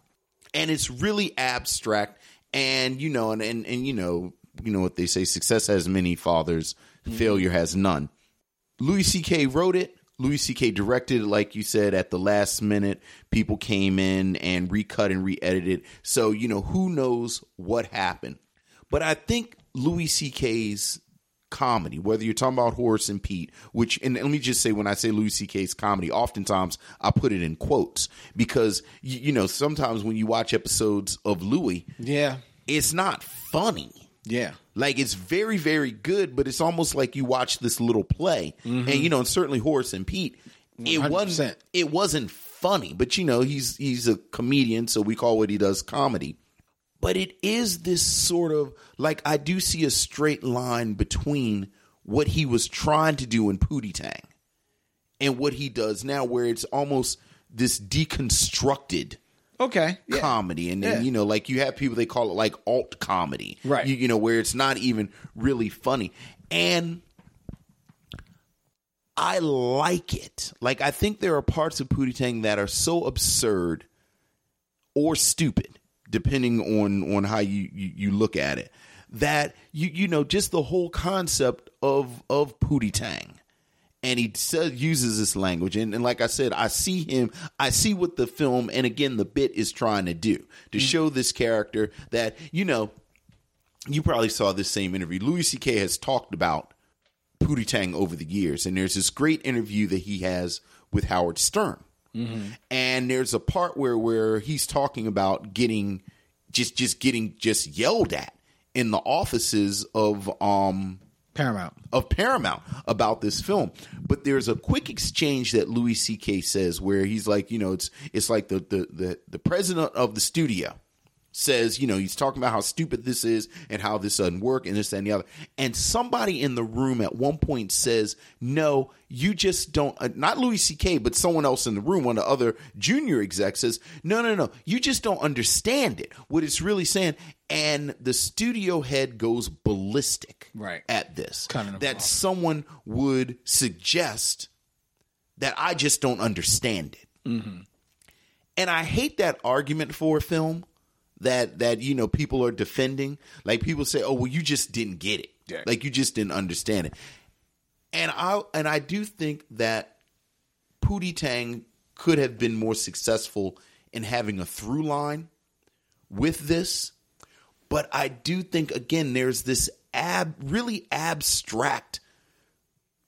S1: and it's really abstract and you know and and, and you know you know what they say success has many fathers failure has none louis ck wrote it louis ck directed it like you said at the last minute people came in and recut and re-edited so you know who knows what happened but i think louis ck's comedy whether you're talking about horace and pete which and let me just say when i say louis ck's comedy oftentimes i put it in quotes because you, you know sometimes when you watch episodes of louis
S2: Yeah.
S1: it's not funny
S2: Yeah.
S1: like it's very very good but it's almost like you watch this little play
S2: Mm-hmm.
S1: and you know and certainly horace and pete it
S2: 100%.
S1: wasn't it wasn't funny but you know he's he's a comedian so we call what he does comedy but it is this sort of like I do see a straight line between what he was trying to do in Pootie Tang and what he does now, where it's almost this deconstructed
S2: Okay. Yeah.
S1: comedy, and then
S2: Yeah.
S1: you know, like you have people they call it like alt comedy,
S2: Right.
S1: You, you know, where it's not even really funny, and I like it. Like I think there are parts of Pootie Tang that are so absurd or stupid, depending on on how you you, you look at it. That you you know just the whole concept of of Pootie Tang, and he says, uses this language, and, and like I said, I see him, I see what the film, and again the bit is trying to do to show this character that you know, you probably saw this same interview. Louis C.K. has talked about Pootie Tang over the years, and there's this great interview that he has with Howard Stern and there's a part where where he's talking about getting just just getting just yelled at in the offices of um
S2: Paramount.
S1: of Paramount about this film. But there's a quick exchange that Louis C.K. says where he's like, you know, it's it's like the the the, the president of the studio says, you know, he's talking about how stupid this is and how this doesn't work and this that, and the other. And somebody in the room at one point says, no, you just don't, uh, not Louis C.K., but someone else in the room, one of the other junior execs says, no, no, no, you just don't understand it, what it's really saying. And the studio head goes ballistic
S2: Right.
S1: at this
S2: Cutting them
S1: that
S2: off.
S1: someone would suggest that I just don't understand it. And I hate that argument for a film that that you know people are defending. Like people say, "Oh, well, you just didn't get it.
S2: Yeah.
S1: Like you just didn't understand it." And I and I do think that Pootie Tang could have been more successful in having a through line with this. But I do think again there's this ab really abstract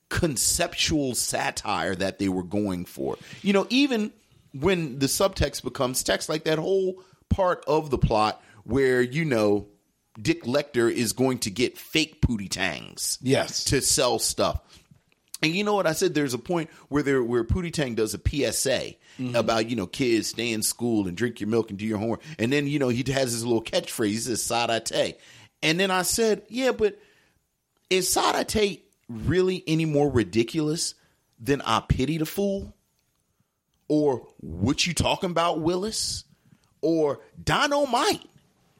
S1: conceptual satire that they were going for. You know, even when the subtext becomes text, like that whole part of the plot where, you know, Dick Lecter is going to get fake pootie tangs
S2: Yes.
S1: to sell stuff. And you know what I said? There's a point where there where Pootie Tang does a PSA about you know kids stay in school and drink your milk and do your homework, and then you know he has his little catchphrase, he says "sadate," and then I said, yeah, but is sadate really any more ridiculous than I pity the fool, or what you talking about, Willis, or dynamite?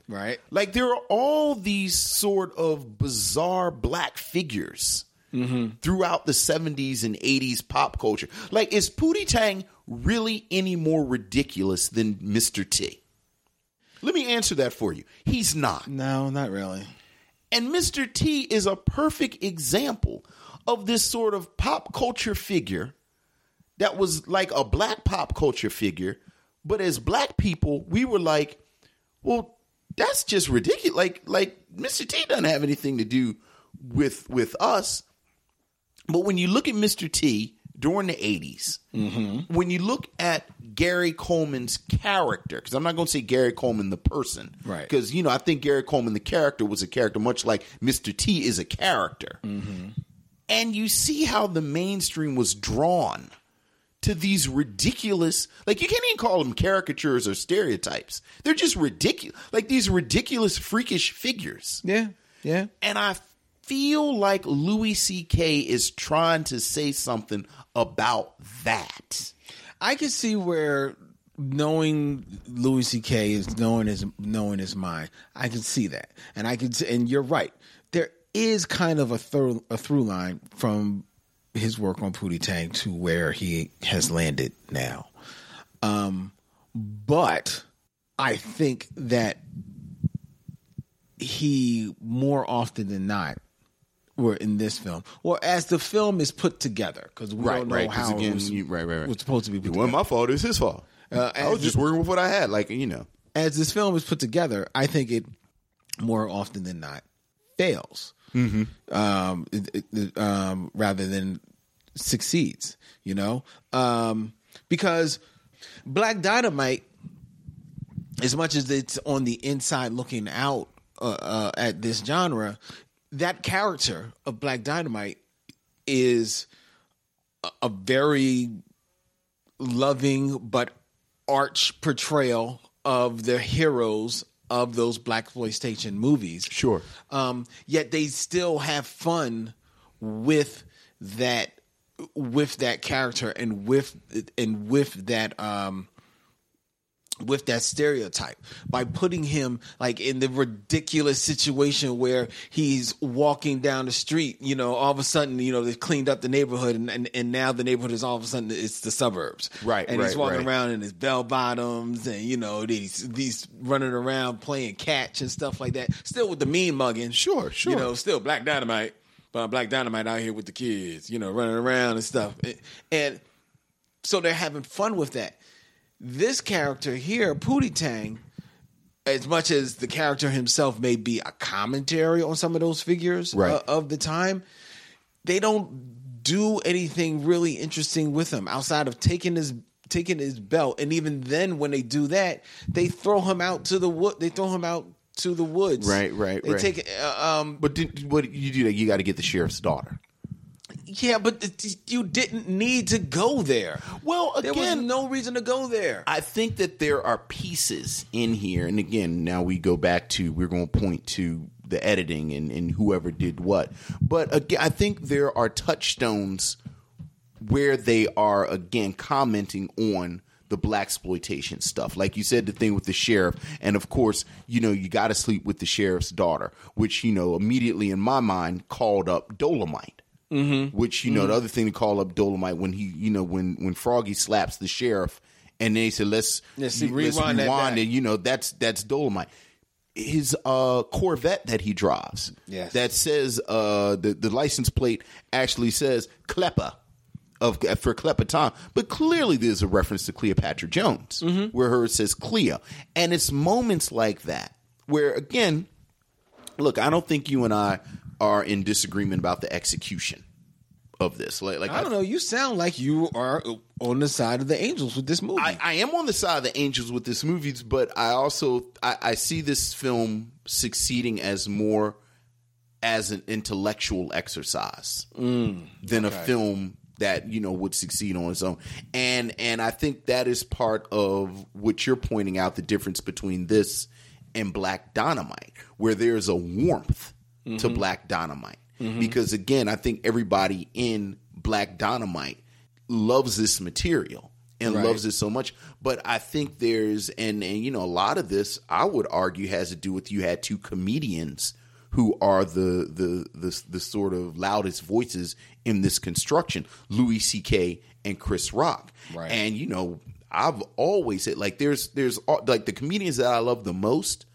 S2: Right.
S1: Like there are all these sort of bizarre black figures throughout the 70s and 80s pop culture. Like is Pootie Tang really any more ridiculous than Mr. T? Let me answer that for you. He's not.
S2: No, not really.
S1: And Mr. T is a perfect example of this sort of pop culture figure that was like a black pop culture figure. But as black people, we were like, well, that's just ridiculous. Like, like Mr. T doesn't have anything to do with with us. But when you look at Mr. T during the 80s, when you look at Gary Coleman's character, because I'm not going to say Gary Coleman the person,
S2: Right.
S1: Because you know I think Gary Coleman the character was a character, much like Mr. T is a character. And you see how the mainstream was drawn to these ridiculous, like you can't even call them caricatures or stereotypes. They're just ridiculous, like these ridiculous, freakish figures.
S2: Yeah. Yeah.
S1: And I feel like Louis C.K. is trying to say something about that.
S2: I can see where knowing Louis C.K. is knowing his knowing his mind. I can see that, and I can. See, and you're right. There is kind of a through a through line from his work on Pootie Tang to where he has landed now. Um, but I think that he more often than not were in this film, or as the film is put together, because we don't know how it was, was supposed to be. Put
S1: It wasn't
S2: together.
S1: my fault. It's his fault.
S2: Uh,
S1: I was
S2: as
S1: just working with what I had. Like you know,
S2: as this film is put together, I think it more often than not fails, um, it- it- it, um, rather than succeeds. You know, um, because Black Dynamite, as much as it's on the inside looking out uh, uh, at this genre, that character of Black Dynamite is a, a very loving but arch portrayal of the heroes of those black exploitation movies.
S1: Sure.
S2: Um, yet they still have fun with that with that character and with and with that um with that stereotype by putting him like in the ridiculous situation where he's walking down the street you know all of a sudden you know they've cleaned up the neighborhood and, and, and now the neighborhood is all of a sudden it's the suburbs
S1: Right,
S2: and he's
S1: right,
S2: walking
S1: right.
S2: around in his bell bottoms and you know these these running around playing catch and stuff like that still with the mean mugging
S1: Sure, sure.
S2: you know still black dynamite but I'm black dynamite out here with the kids you know running around and stuff and so they're having fun with that this character here, Pootie Tang, as much as the character himself may be a commentary on some of those figures
S1: Right.
S2: uh, of the time, they don't do anything really interesting with him outside of taking his taking his belt. And even then, when they do that, they throw him out to the wood. They throw him out to the woods.
S1: Right, right,
S2: They
S1: right.
S2: take uh, um,
S1: but did, what you do that? You got to get the sheriff's daughter.
S2: yeah, but th- you didn't need to go there.
S1: Well,
S2: There was no reason to go there.
S1: I think that there are pieces in here, and again, now we go back to we're going to point to the editing and, and whoever did what. But again, I think there are touchstones where they are again commenting on the black exploitation stuff. Like you said, the thing with the sheriff, and of course, you know, you got to sleep with the sheriff's daughter, which you know immediately in my mind called up Dolomite
S2: Mm-hmm.
S1: which you know the other thing to call up Dolomite when he you know when when Froggy slaps the sheriff and then he said let's
S2: Yeah, see,
S1: you-
S2: rewind that back.
S1: and you know that's that's Dolomite. His uh, Corvette that he drives
S2: Yes.
S1: that says uh, the the license plate actually says Klepper of for Klepper Tom, but clearly there's a reference to Cleopatra Jones
S2: Mm-hmm.
S1: where her says Clea, and it's moments like that where again look, I don't think you and I are in disagreement about the execution of this. Like, like
S2: I don't know. You sound like you are on the side of the angels with this movie.
S1: I, I am on the side of the angels with this movie, but I also I, I see this film succeeding as more as an intellectual exercise than a film that you know would succeed on its own. And and I think that is part of what you're pointing out the difference between this and Black Dynamite, where there's a warmth to Black Dynamite. Because again, I think everybody in Black Dynamite loves this material and loves it so much. But I think there's and and you know a lot of this I would argue has to do with you had two comedians who are the the the, the sort of loudest voices in this construction, Louis C.K. and Chris Rock.
S2: Right.
S1: And you know I've always said like there's there's al- like the comedians that I love the most.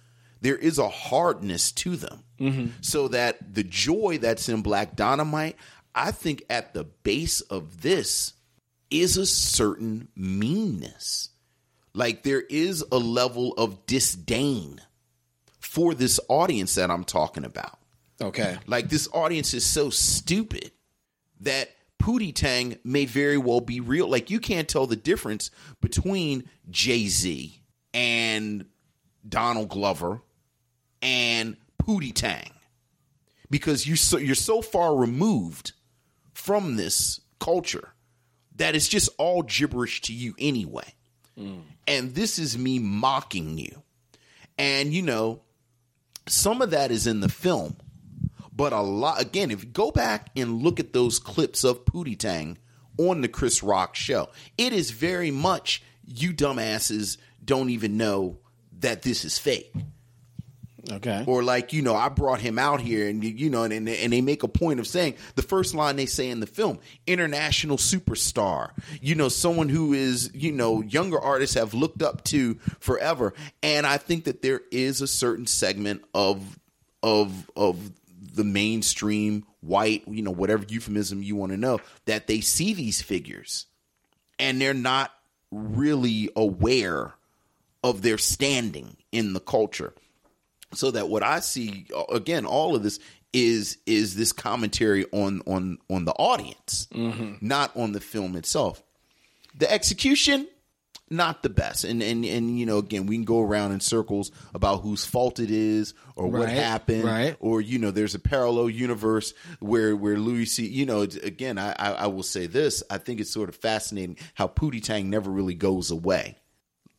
S1: There is a hardness to them, so that the joy that's in Black Dynamite, I think, at the base of this is a certain meanness. Like there is a level of disdain for this audience that I'm talking about.
S2: Okay.
S1: Like this audience is so stupid that Pootie Tang may very well be real. Like you can't tell the difference between Jay Z and Donald Glover and Pootie Tang because you so you're so far removed from this culture that it's just all gibberish to you anyway. And this is me mocking you. And you know, some of that is in the film, but a lot again, if you go back and look at those clips of Pootie Tang on the Chris Rock show, it is very much you dumbasses don't even know that this is fake
S2: Okay.
S1: or like you know i brought him out here and you know and, and, and they make a point of saying the first line they say in the film international superstar you know someone who is you know younger artists have looked up to forever and i think that there is a certain segment of of of the mainstream white you know whatever euphemism you want to know that they see these figures and they're not really aware of their standing in the culture so that what i see uh, again all of this is is this commentary on on on the audience
S2: Mm-hmm.
S1: not on the film itself the execution not the best and and and you know again we can go around in circles about whose fault it is or what
S2: Right,
S1: happened
S2: right.
S1: or you know there's a parallel universe where where louis c you know it's- again I, I i will say this i think it's sort of fascinating how pootie tang never really goes away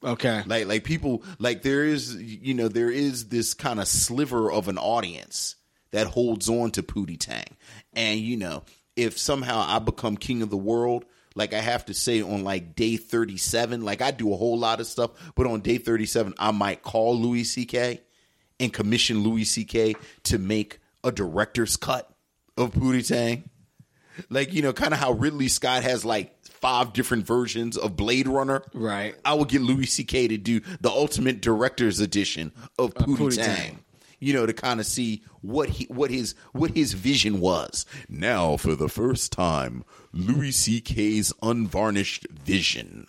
S2: Okay.
S1: like like people like there is you know there is this kind of sliver of an audience that holds on to Pootie Tang, and you know if somehow I become king of the world. Like I have to say on like day 37, like I do a whole lot of stuff, but on day 37 I might call Louis CK and commission Louis CK to make a director's cut of Pootie Tang. Like, you know, kind of how Ridley Scott has like five different versions of Blade Runner.
S2: Right.
S1: I would get Louis C.K. to do the ultimate director's edition of Pootie,
S2: Pootie
S1: Tang.
S2: Tang.
S1: You know, to kind of see what he, what his, what his vision was. Now, for the first time, Louis C.K.'s unvarnished vision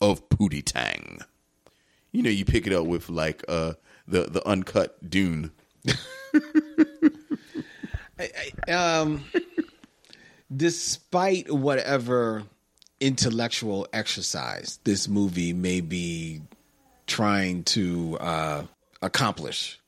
S1: of Pootie Tang. You know, you pick it up with like uh, the the uncut Dune.
S2: um, despite whatever intellectual exercise this movie may be trying to uh, accomplish,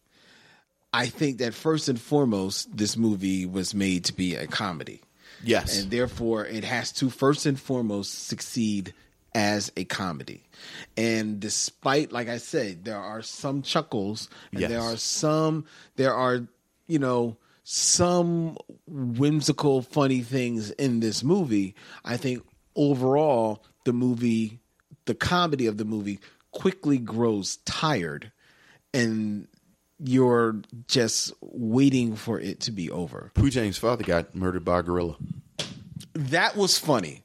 S2: I think that first and foremost, this movie was made to be a comedy.
S1: Yes,
S2: And therefore, it has to first and foremost succeed as a comedy. And despite, like I said, there are some chuckles, and
S1: Yes.
S2: there are some, there are, you know, some whimsical, funny things in this movie. I think overall, the movie, the comedy of the movie quickly grows tired. And you're just waiting for it to be over.
S1: Pootie Tang's father got murdered by a gorilla.
S2: That was funny.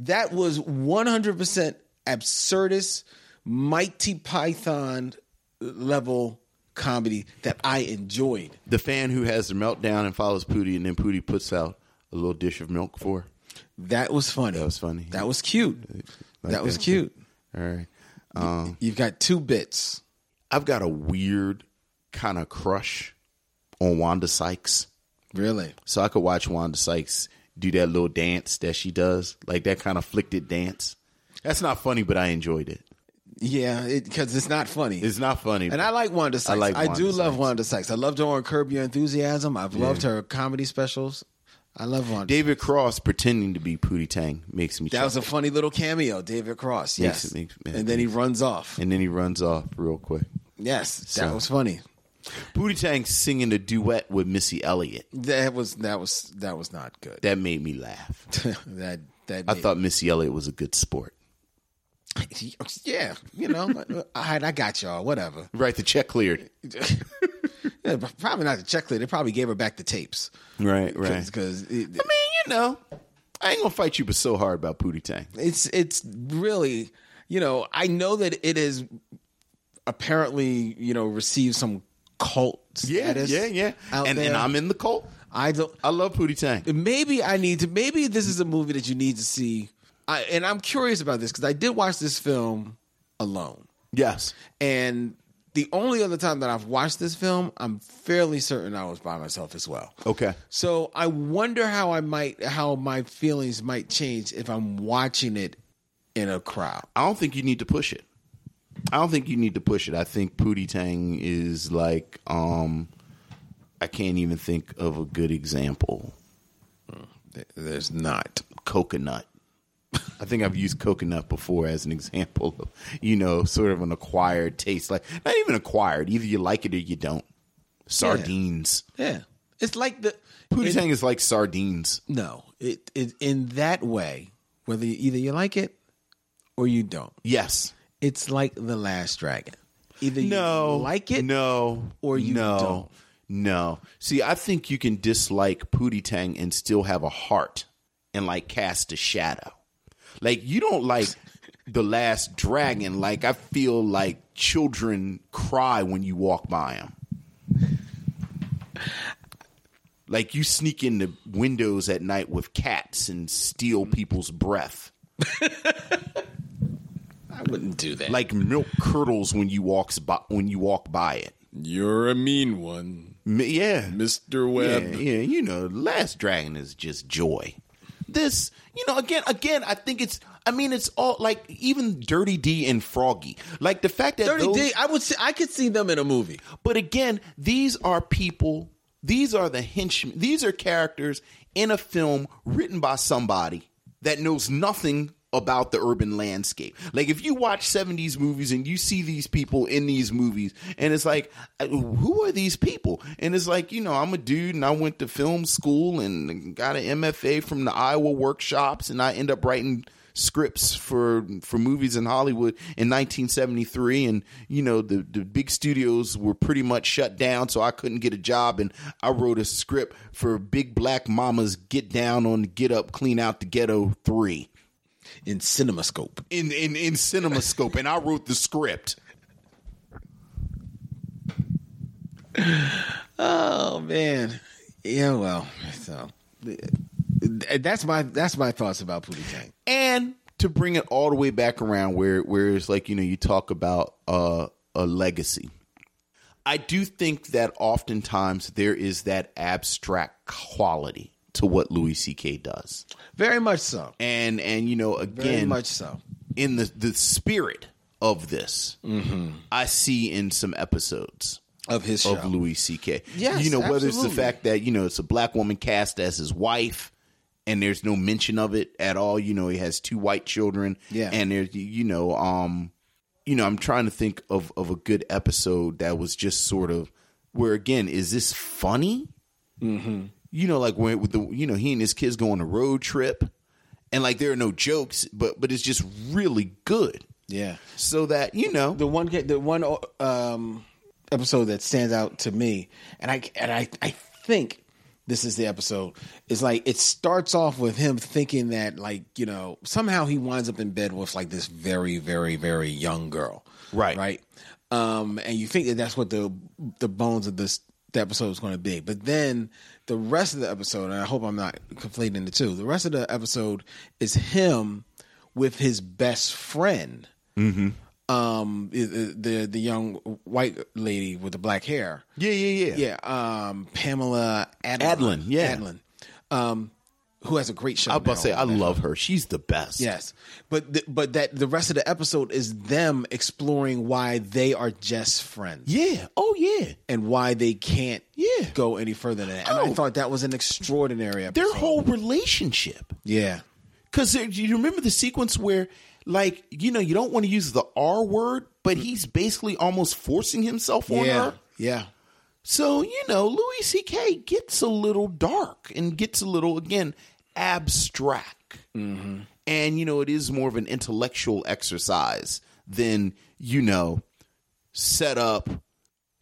S2: That was 100% absurdist, Mighty Python level comedy that I enjoyed.
S1: The fan who has the meltdown and follows Pootie, and then Pootie puts out a little dish of milk for. her.
S2: That was funny.
S1: That was funny.
S2: That was cute. that was
S1: that.
S2: cute.
S1: All right.
S2: You've got two bits.
S1: I've got a weird kind of crush on Wanda Sykes.
S2: Really?
S1: So I could watch Wanda Sykes do that little dance that she does, like that kind of flicked it dance. That's not funny, but I enjoyed it.
S2: Yeah, because it's not funny.
S1: It's not funny.
S2: and I like Wanda Sykes. I,
S1: like
S2: do
S1: Wanda
S2: love
S1: Sykes.
S2: Wanda Sykes. I loved her on Curb Your Enthusiasm. I've loved her comedy specials. I love Wanda.
S1: David Cross pretending to be Pootie Tang makes me.
S2: that
S1: chuckle.
S2: was a funny little cameo, David Cross.
S1: Makes
S2: Yes,
S1: it- makes-
S2: and then he runs off.
S1: and then he runs off real quick.
S2: Yes, that
S1: So-
S2: was funny.
S1: Pootie Tang singing a duet with Missy Elliott.
S2: That was that was that was not good.
S1: That made me laugh.
S2: *laughs* that that
S1: I thought Missy Elliott was a good sport.
S2: *laughs* yeah, you know, *laughs* all right, I got y'all. Whatever. *laughs*
S1: Right, the check cleared.
S2: Yeah, but probably not the checklist. They probably gave her back the tapes.
S1: Right, right.
S2: Because
S1: I mean, you know, I ain't gonna fight you, but so hard about Pootie Tang.
S2: it's it's really you know I know that it is apparently you know received some cult
S1: Yeah,
S2: status.
S1: yeah, yeah.
S2: Out
S1: And,
S2: there.
S1: and I'm in the cult.
S2: I don't.
S1: I love Pootie Tang.
S2: Maybe I need to. Maybe this is a movie that you need to see. I, and I'm curious about this because I did watch this film alone,
S1: Yes.
S2: and the only other time that I've watched this film, I'm fairly certain I was by myself as well.
S1: Okay.
S2: So I wonder how I might how my feelings might change if I'm watching it in a crowd.
S1: I don't think you need to push it. I don't think you need to push it. I think Pootie Tang is like um I can't even think of a good example.
S2: There's not.
S1: Coconut. *laughs* I think I've used coconut before as an example of, you know, sort of an acquired taste. Like not even acquired. Either you like it or you don't. Sardines.
S2: Yeah. It's like the
S1: Pootie
S2: it-
S1: Tang is like sardines.
S2: No, it, it in that way, whether you, either you like it or you don't.
S1: Yes.
S2: It's like the last dragon. Either
S1: no
S2: you like it
S1: no
S2: or you
S1: no
S2: don't.
S1: no see i think you can dislike pootie tang and still have a heart and like cast a shadow like you don't
S2: *laughs*
S1: like the last dragon like i feel like children cry when you walk by them like you sneak in the windows at night with cats and steal people's breath
S2: I wouldn't do that.
S1: like milk curdles when you walks by when you walk by it
S2: you're a mean one,
S1: M- yeah
S2: Mr.
S1: Yeah, yeah, you know, Last Dragon is just joy. This, you know, again, again, I think it's. I mean, it's all like even Dirty D and Froggy, like the fact that
S2: Dirty
S1: those-
S2: D, I would see, I could see them in a movie.
S1: But again, these are people. These are the henchmen. These are characters in a film written by somebody that knows nothing about the urban landscape. Like if you watch 70s movies and you see these people in these movies and it's like uh, who are these people? And it's like, you know, I'm a dude and I went to film school and got an MFA from the Iowa workshops and I end up writing scripts for for movies in Hollywood in 1973 and you know the the big studios were pretty much shut down so I couldn't get a job and I wrote a script for Big Black Mama's Get Down on the Get Up Clean Out the Ghetto 3
S2: In CinemaScope.
S1: in in in CinemaScope and I wrote the script
S2: Oh man. Yeah, well, so th- Uh, that's my that's my thoughts about Pootie Tang.
S1: and to bring it all the way back around where where it's like you know you talk about uh, a legacy i do think that oftentimes there is that abstract quality to what louis ck does
S2: Very much so.
S1: and and you know
S2: Very
S1: again
S2: much so.
S1: in the the spirit of this
S2: Mm-hmm.
S1: i see in some episodes
S2: Of his show.
S1: of Louis C.K.
S2: Yes,
S1: you know whether it's the
S2: absolutely.
S1: fact that you know it's a black woman cast as his wife, and there's no mention of it at all. You know he has two white children,
S2: Yeah.
S1: and there's you know um, you know I'm trying to think of of a good episode that was just sort of where again is this funny?
S2: Mm-hmm.
S1: You know, like when with the you know he and his kids go on a road trip, and like there are no jokes, but but it's just really good.
S2: Yeah.
S1: So that you know,
S2: the one the one um, episode that stands out to me, and I and I I think this is the episode. Is like it starts off with him thinking that like you know somehow he winds up in bed with like this very very very young girl,
S1: Right.
S2: Right, um, and you think that that's what the the bones of this. The episode is going to be, but then the rest of the episode, and I hope I'm not conflating the two. The rest of the episode is him with his best friend, um the the, the young white lady with the black hair.
S1: yeah, yeah, yeah,
S2: Yeah, um Pamela Adlin.
S1: Adlin, yeah.
S2: Adlin. Um who has a great show.
S1: I was about
S2: now
S1: to say, I
S2: on Netflix.
S1: love her. She's the best.
S2: Yes, but th- but that the rest of the episode is them exploring why they are just friends
S1: Yeah. Oh, yeah.
S2: and why they can't
S1: Yeah.
S2: go any further than that. And
S1: Oh.
S2: I thought that was an extraordinary episode.
S1: Their whole relationship.
S2: yeah,
S1: Because you remember the sequence where, like, you know, you don't want to use the R word, but he's basically almost forcing himself on
S2: yeah,
S1: her.
S2: yeah,
S1: So, you know, Louis C.K. gets a little dark and gets a little, again, abstract. And, you know, it is more of an intellectual exercise than, you know, set up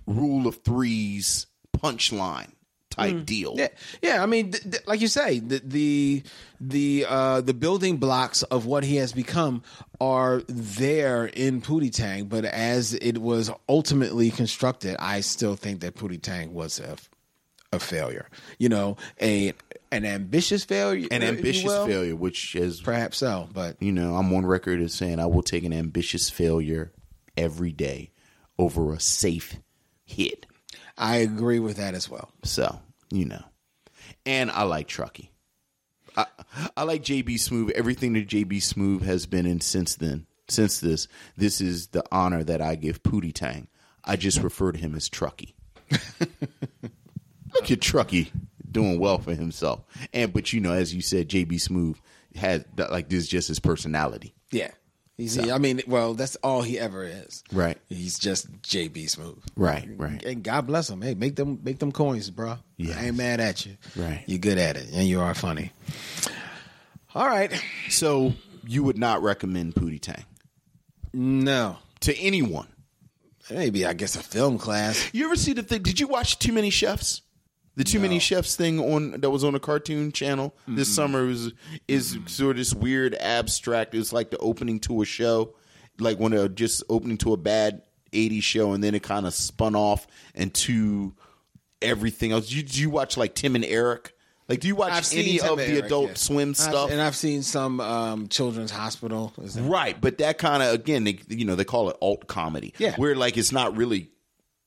S1: rule of threes, punchline type deal.
S2: yeah, yeah. I mean, th- th- like you say, the the the, uh, the building blocks of what he has become are there in Pootie Tang, but as it was ultimately constructed, I still think that Pootie Tang was a f- a failure. You know, a an ambitious failure,
S1: An
S2: if you
S1: ambitious
S2: Uh, will.
S1: failure, which is,
S2: perhaps so. But
S1: you know, I'm on record as saying I will take an ambitious failure every day over a safe hit.
S2: I agree with that as well.
S1: So, you know. And I like Truckee. I, I like JB Smoove. Everything that JB Smoove has been in since then, since this, this is the honor that I give Pootie Tang. I just refer to him as *laughs* Truckee. Look at Truckee doing well for himself. And, but you know, as you said, JB Smoove had, like, this is just his personality.
S2: Yeah. He's, I mean, well, that's all he ever is.
S1: Right.
S2: He's just JB Smooth.
S1: Right, right.
S2: And God bless him. Hey, make them make them coins, bro.
S1: Yes.
S2: I ain't mad at you.
S1: Right.
S2: You're good at it, and you are funny. All right.
S1: So, you would not recommend Pootie Tang
S2: No.
S1: to anyone.
S2: Maybe I guess a film class.
S1: You ever see the thing? Did you watch Too Many Chefs? The Too Many Chefs thing on that was on a cartoon channel this summer was is sort of this weird abstract. It's like the opening to a show, like one of just opening to a bad '80s show, and then it kind of spun off into everything else. You, do you watch like Tim and Eric? Like, do you watch any
S2: Tim
S1: of
S2: and
S1: the
S2: Eric,
S1: Adult
S2: yeah.
S1: Swim
S2: I've-
S1: stuff?
S2: and I've seen some um, Children's Hospital. Is that-
S1: Right, but that kind of again, they, you know, they call it alt comedy.
S2: Yeah.
S1: where like it's not really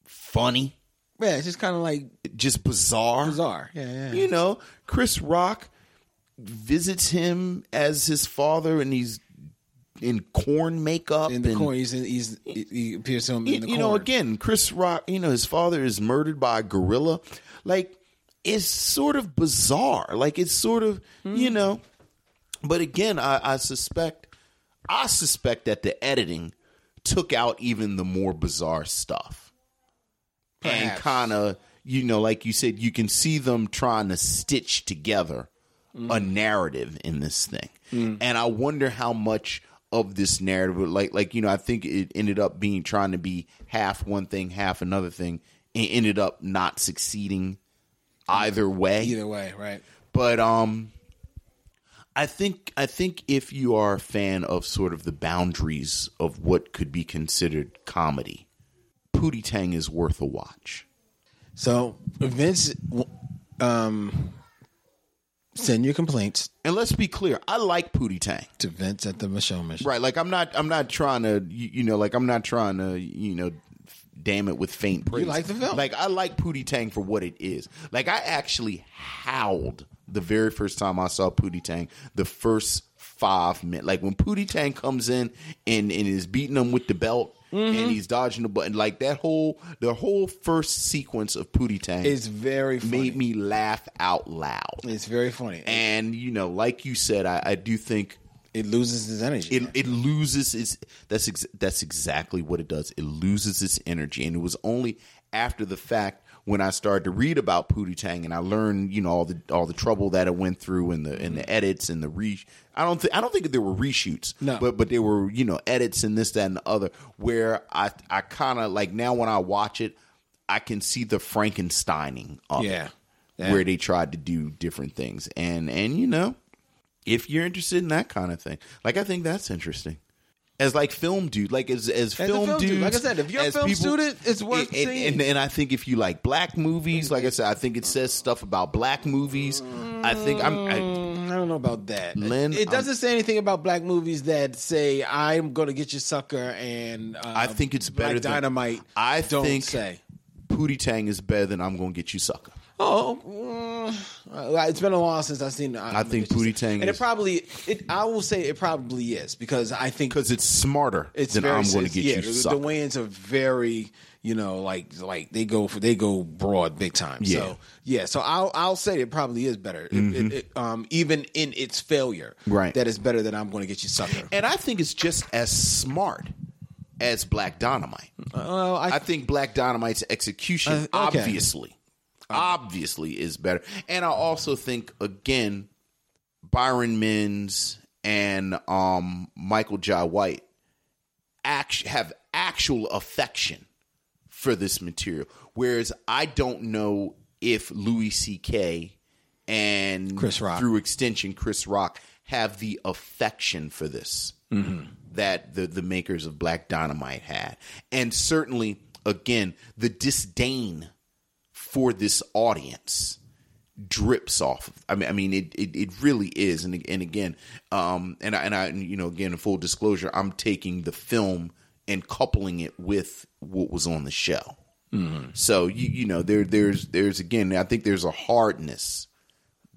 S1: funny,
S2: Yeah, it's just kind of like
S1: just bizarre.
S2: bizarre. Yeah, yeah.
S1: You know, Chris Rock visits him as his father, and he's in corn makeup.
S2: in the
S1: and,
S2: corner, he's in, he's he, he appears to him
S1: You,
S2: in the
S1: you know,
S2: corner.
S1: again, Chris Rock. You know, his father is murdered by a gorilla. Like, it's sort of bizarre. Like, it's sort of you
S2: Hmm.
S1: know. But again, I, I suspect, I suspect that the editing took out even the more bizarre stuff and
S2: Perhaps.
S1: kind of you know like you said you can see them trying to stitch together a narrative in this thing and i wonder how much of this narrative like like you know i think it ended up being trying to be half one thing half another thing and ended up not succeeding either way
S2: Either way, right?
S1: but um I think I think if you are a fan of sort of the boundaries of what could be considered comedy, Pootie Tang is worth a watch.
S2: So Vince, w- um, send your complaints
S1: And let's be clear, I like Pootie Tang.
S2: to Vince at the Michelle Mission.
S1: Right, like I'm not I'm not trying to you, you know like I'm not trying to you know damn it with faint praise.
S2: like the film.
S1: Like I like Pootie Tang for what it is. Like I actually howled the very first time I saw Pootie Tang. The first five minutes, like when Pootie Tang comes in and and is beating them with the belt.
S2: Mm-hmm.
S1: And he's dodging the button like that whole the whole first sequence of Pootie Tang
S2: It's very funny.
S1: made me laugh out loud.
S2: It's very funny.
S1: And you know, like you said, I, I do think
S2: it loses its energy.
S1: it it loses its that's ex, that's exactly what it does. It loses its energy, and it was only after the fact when I started to read about Pootie Tang and I learned you know all the all the trouble that it went through and the and the edits and the re I don't think I don't think there were reshoots,
S2: No.
S1: but but there were you know edits and this that and the other where I I kind of like now when I watch it. I can see the Frankensteining of
S2: Yeah.
S1: it, where they tried to do different things, and and you know, if you're interested in that kind of thing. Like I think that's interesting. As like film dude, like as as
S2: a
S1: film,
S2: film dude,
S1: dudes,
S2: like I said, if you're a
S1: as
S2: film student, it's worth
S1: and, and-
S2: seeing.
S1: And, and I think if you like black movies, like I said, I think it says stuff about black movies. I think I'm I,
S2: Mm, I don't know about that.
S1: Lynn,
S2: it doesn't say anything about black movies that say I'm going to get you sucker and uh,
S1: I think it's
S2: Black
S1: better than-
S2: dynamite.
S1: I
S2: don't
S1: think-
S2: say
S1: Pootie Tang is better than I'm gonna get you sucker.
S2: Oh, mm, uh, it's been a while since I've seen. uh,
S1: I think Pootie Tang
S2: and
S1: is-
S2: it probably. It, I will say it probably is because I think
S1: because it's smarter
S2: it's
S1: than
S2: very,
S1: I'm going to
S2: it's-
S1: get
S2: yeah,
S1: you.
S2: The,
S1: sucker.
S2: the Wayans are very, you know, like like they go for they go broad big time.
S1: Yeah. Mm-hmm.
S2: So yeah, so I'll I'll say it probably is better, It- it- it, um, even in its failure.
S1: Right.
S2: that is better than I'm going to get you sucker.
S1: and I think it's just as smart as Black Dynamite.
S2: Well, I,
S1: I think Black Dynamite's execution,
S2: Uh, okay. Uh-huh.
S1: obviously, obviously is better. And I also think again, Byron Mins and um, Michael Jai White act- have actual affection for this material, whereas I don't know if Louis C.K. and
S2: Chris Rock.
S1: through extension Chris Rock have the affection for this
S2: Mm-hmm.
S1: that the the makers of Black Dynamite had, and certainly again the disdain for this audience drips off. of- I mean, I mean it it, it really is, and and again, um, and I, and I you know again, in full disclosure, I'm taking the film and coupling it with what was on the show. So you you know there there's there's again I think there's a hardness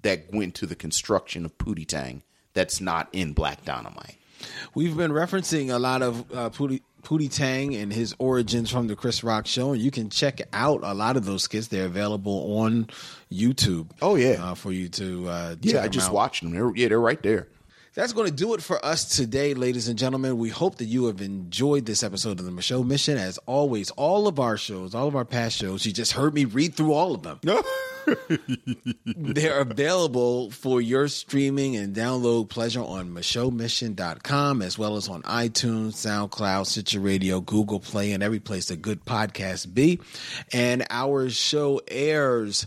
S1: that went to the construction of Pootie Tang that's not in Black Dynamite.
S2: We've been referencing a lot of uh, Pootie, Pootie Tang and his origins from the Chris Rock show, and you can check out a lot of those skits. They're available on YouTube.
S1: Oh, yeah.
S2: uh, for you to uh,
S1: Yeah,
S2: check
S1: I
S2: them
S1: just
S2: out.
S1: watched them. They're, yeah, they're right there.
S2: That's going to do it for us today, ladies and gentlemen. We hope that you have enjoyed this episode of the Michelle Mission. As always, all of our shows, all of our past shows, you just heard me read through all of them. They're available for your streaming and download pleasure on MichelleMission.com as well as on iTunes, SoundCloud, Stitcher Radio, Google Play, and every place that good podcasts be. And our show airs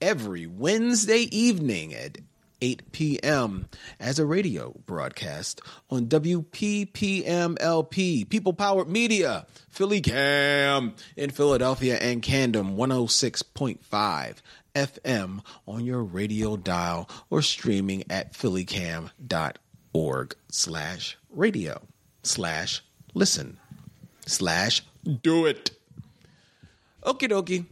S2: every Wednesday evening at 8 p.m. as a radio broadcast on WPPMLP, People Powered Media, Philly Cam in Philadelphia and Candom 106.5 FM on your radio dial or streaming at phillycam.org slash radio slash listen slash do it. Okie dokie.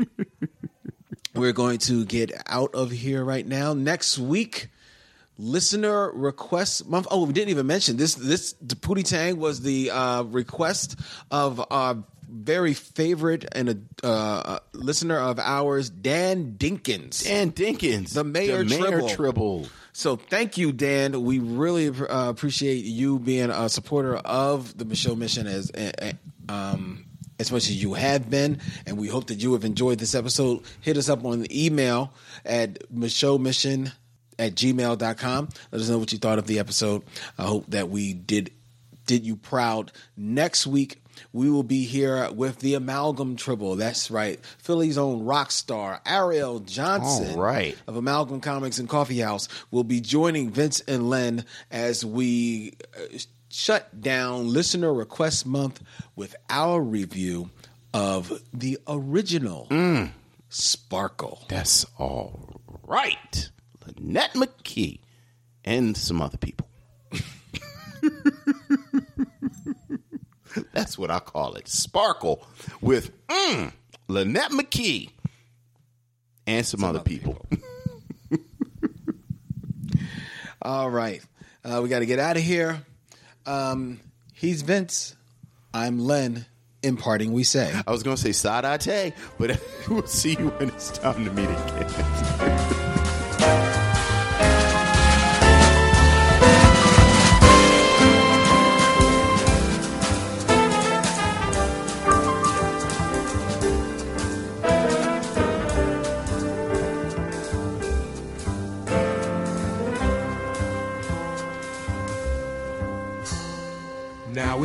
S2: *laughs* We're going to get out of here right now. Next week, listener request month. Oh, we didn't even mention this. This the Pootie Tang was the uh, request of our very favorite and a uh, listener of ours, Dan Dinkins.
S1: Dan Dinkins,
S2: The Mayor Tribble.
S1: Tribble.
S2: So thank you, Dan. We really uh, appreciate you being a supporter of the Michelle Mission as uh, um, as much as you have been, and we hope that you have enjoyed this episode. Hit us up on the email at Michelle Mission at gmail.com. Let us know what you thought of the episode. I hope that we did did you proud. Next week we will be here with the Amalgam Triple. That's right, Philly's own rock star Ariel Johnson.
S1: All right.
S2: of Amalgam Comics and Coffee House will be joining Vince and Len as we uh, shut down Listener Request Month with our review of the original Sparkle.
S1: That's all right. Lynette McKee and some other people. That's what I call it. Sparkle with mm, Lynette McKee and some, other, people.
S2: All right, uh, we got to get out of here. Um, he's Vince. I'm Len. In parting, we say.
S1: *laughs* I was going to say side eye tay, but *laughs* we'll see you when it's time to meet again.
S9: Now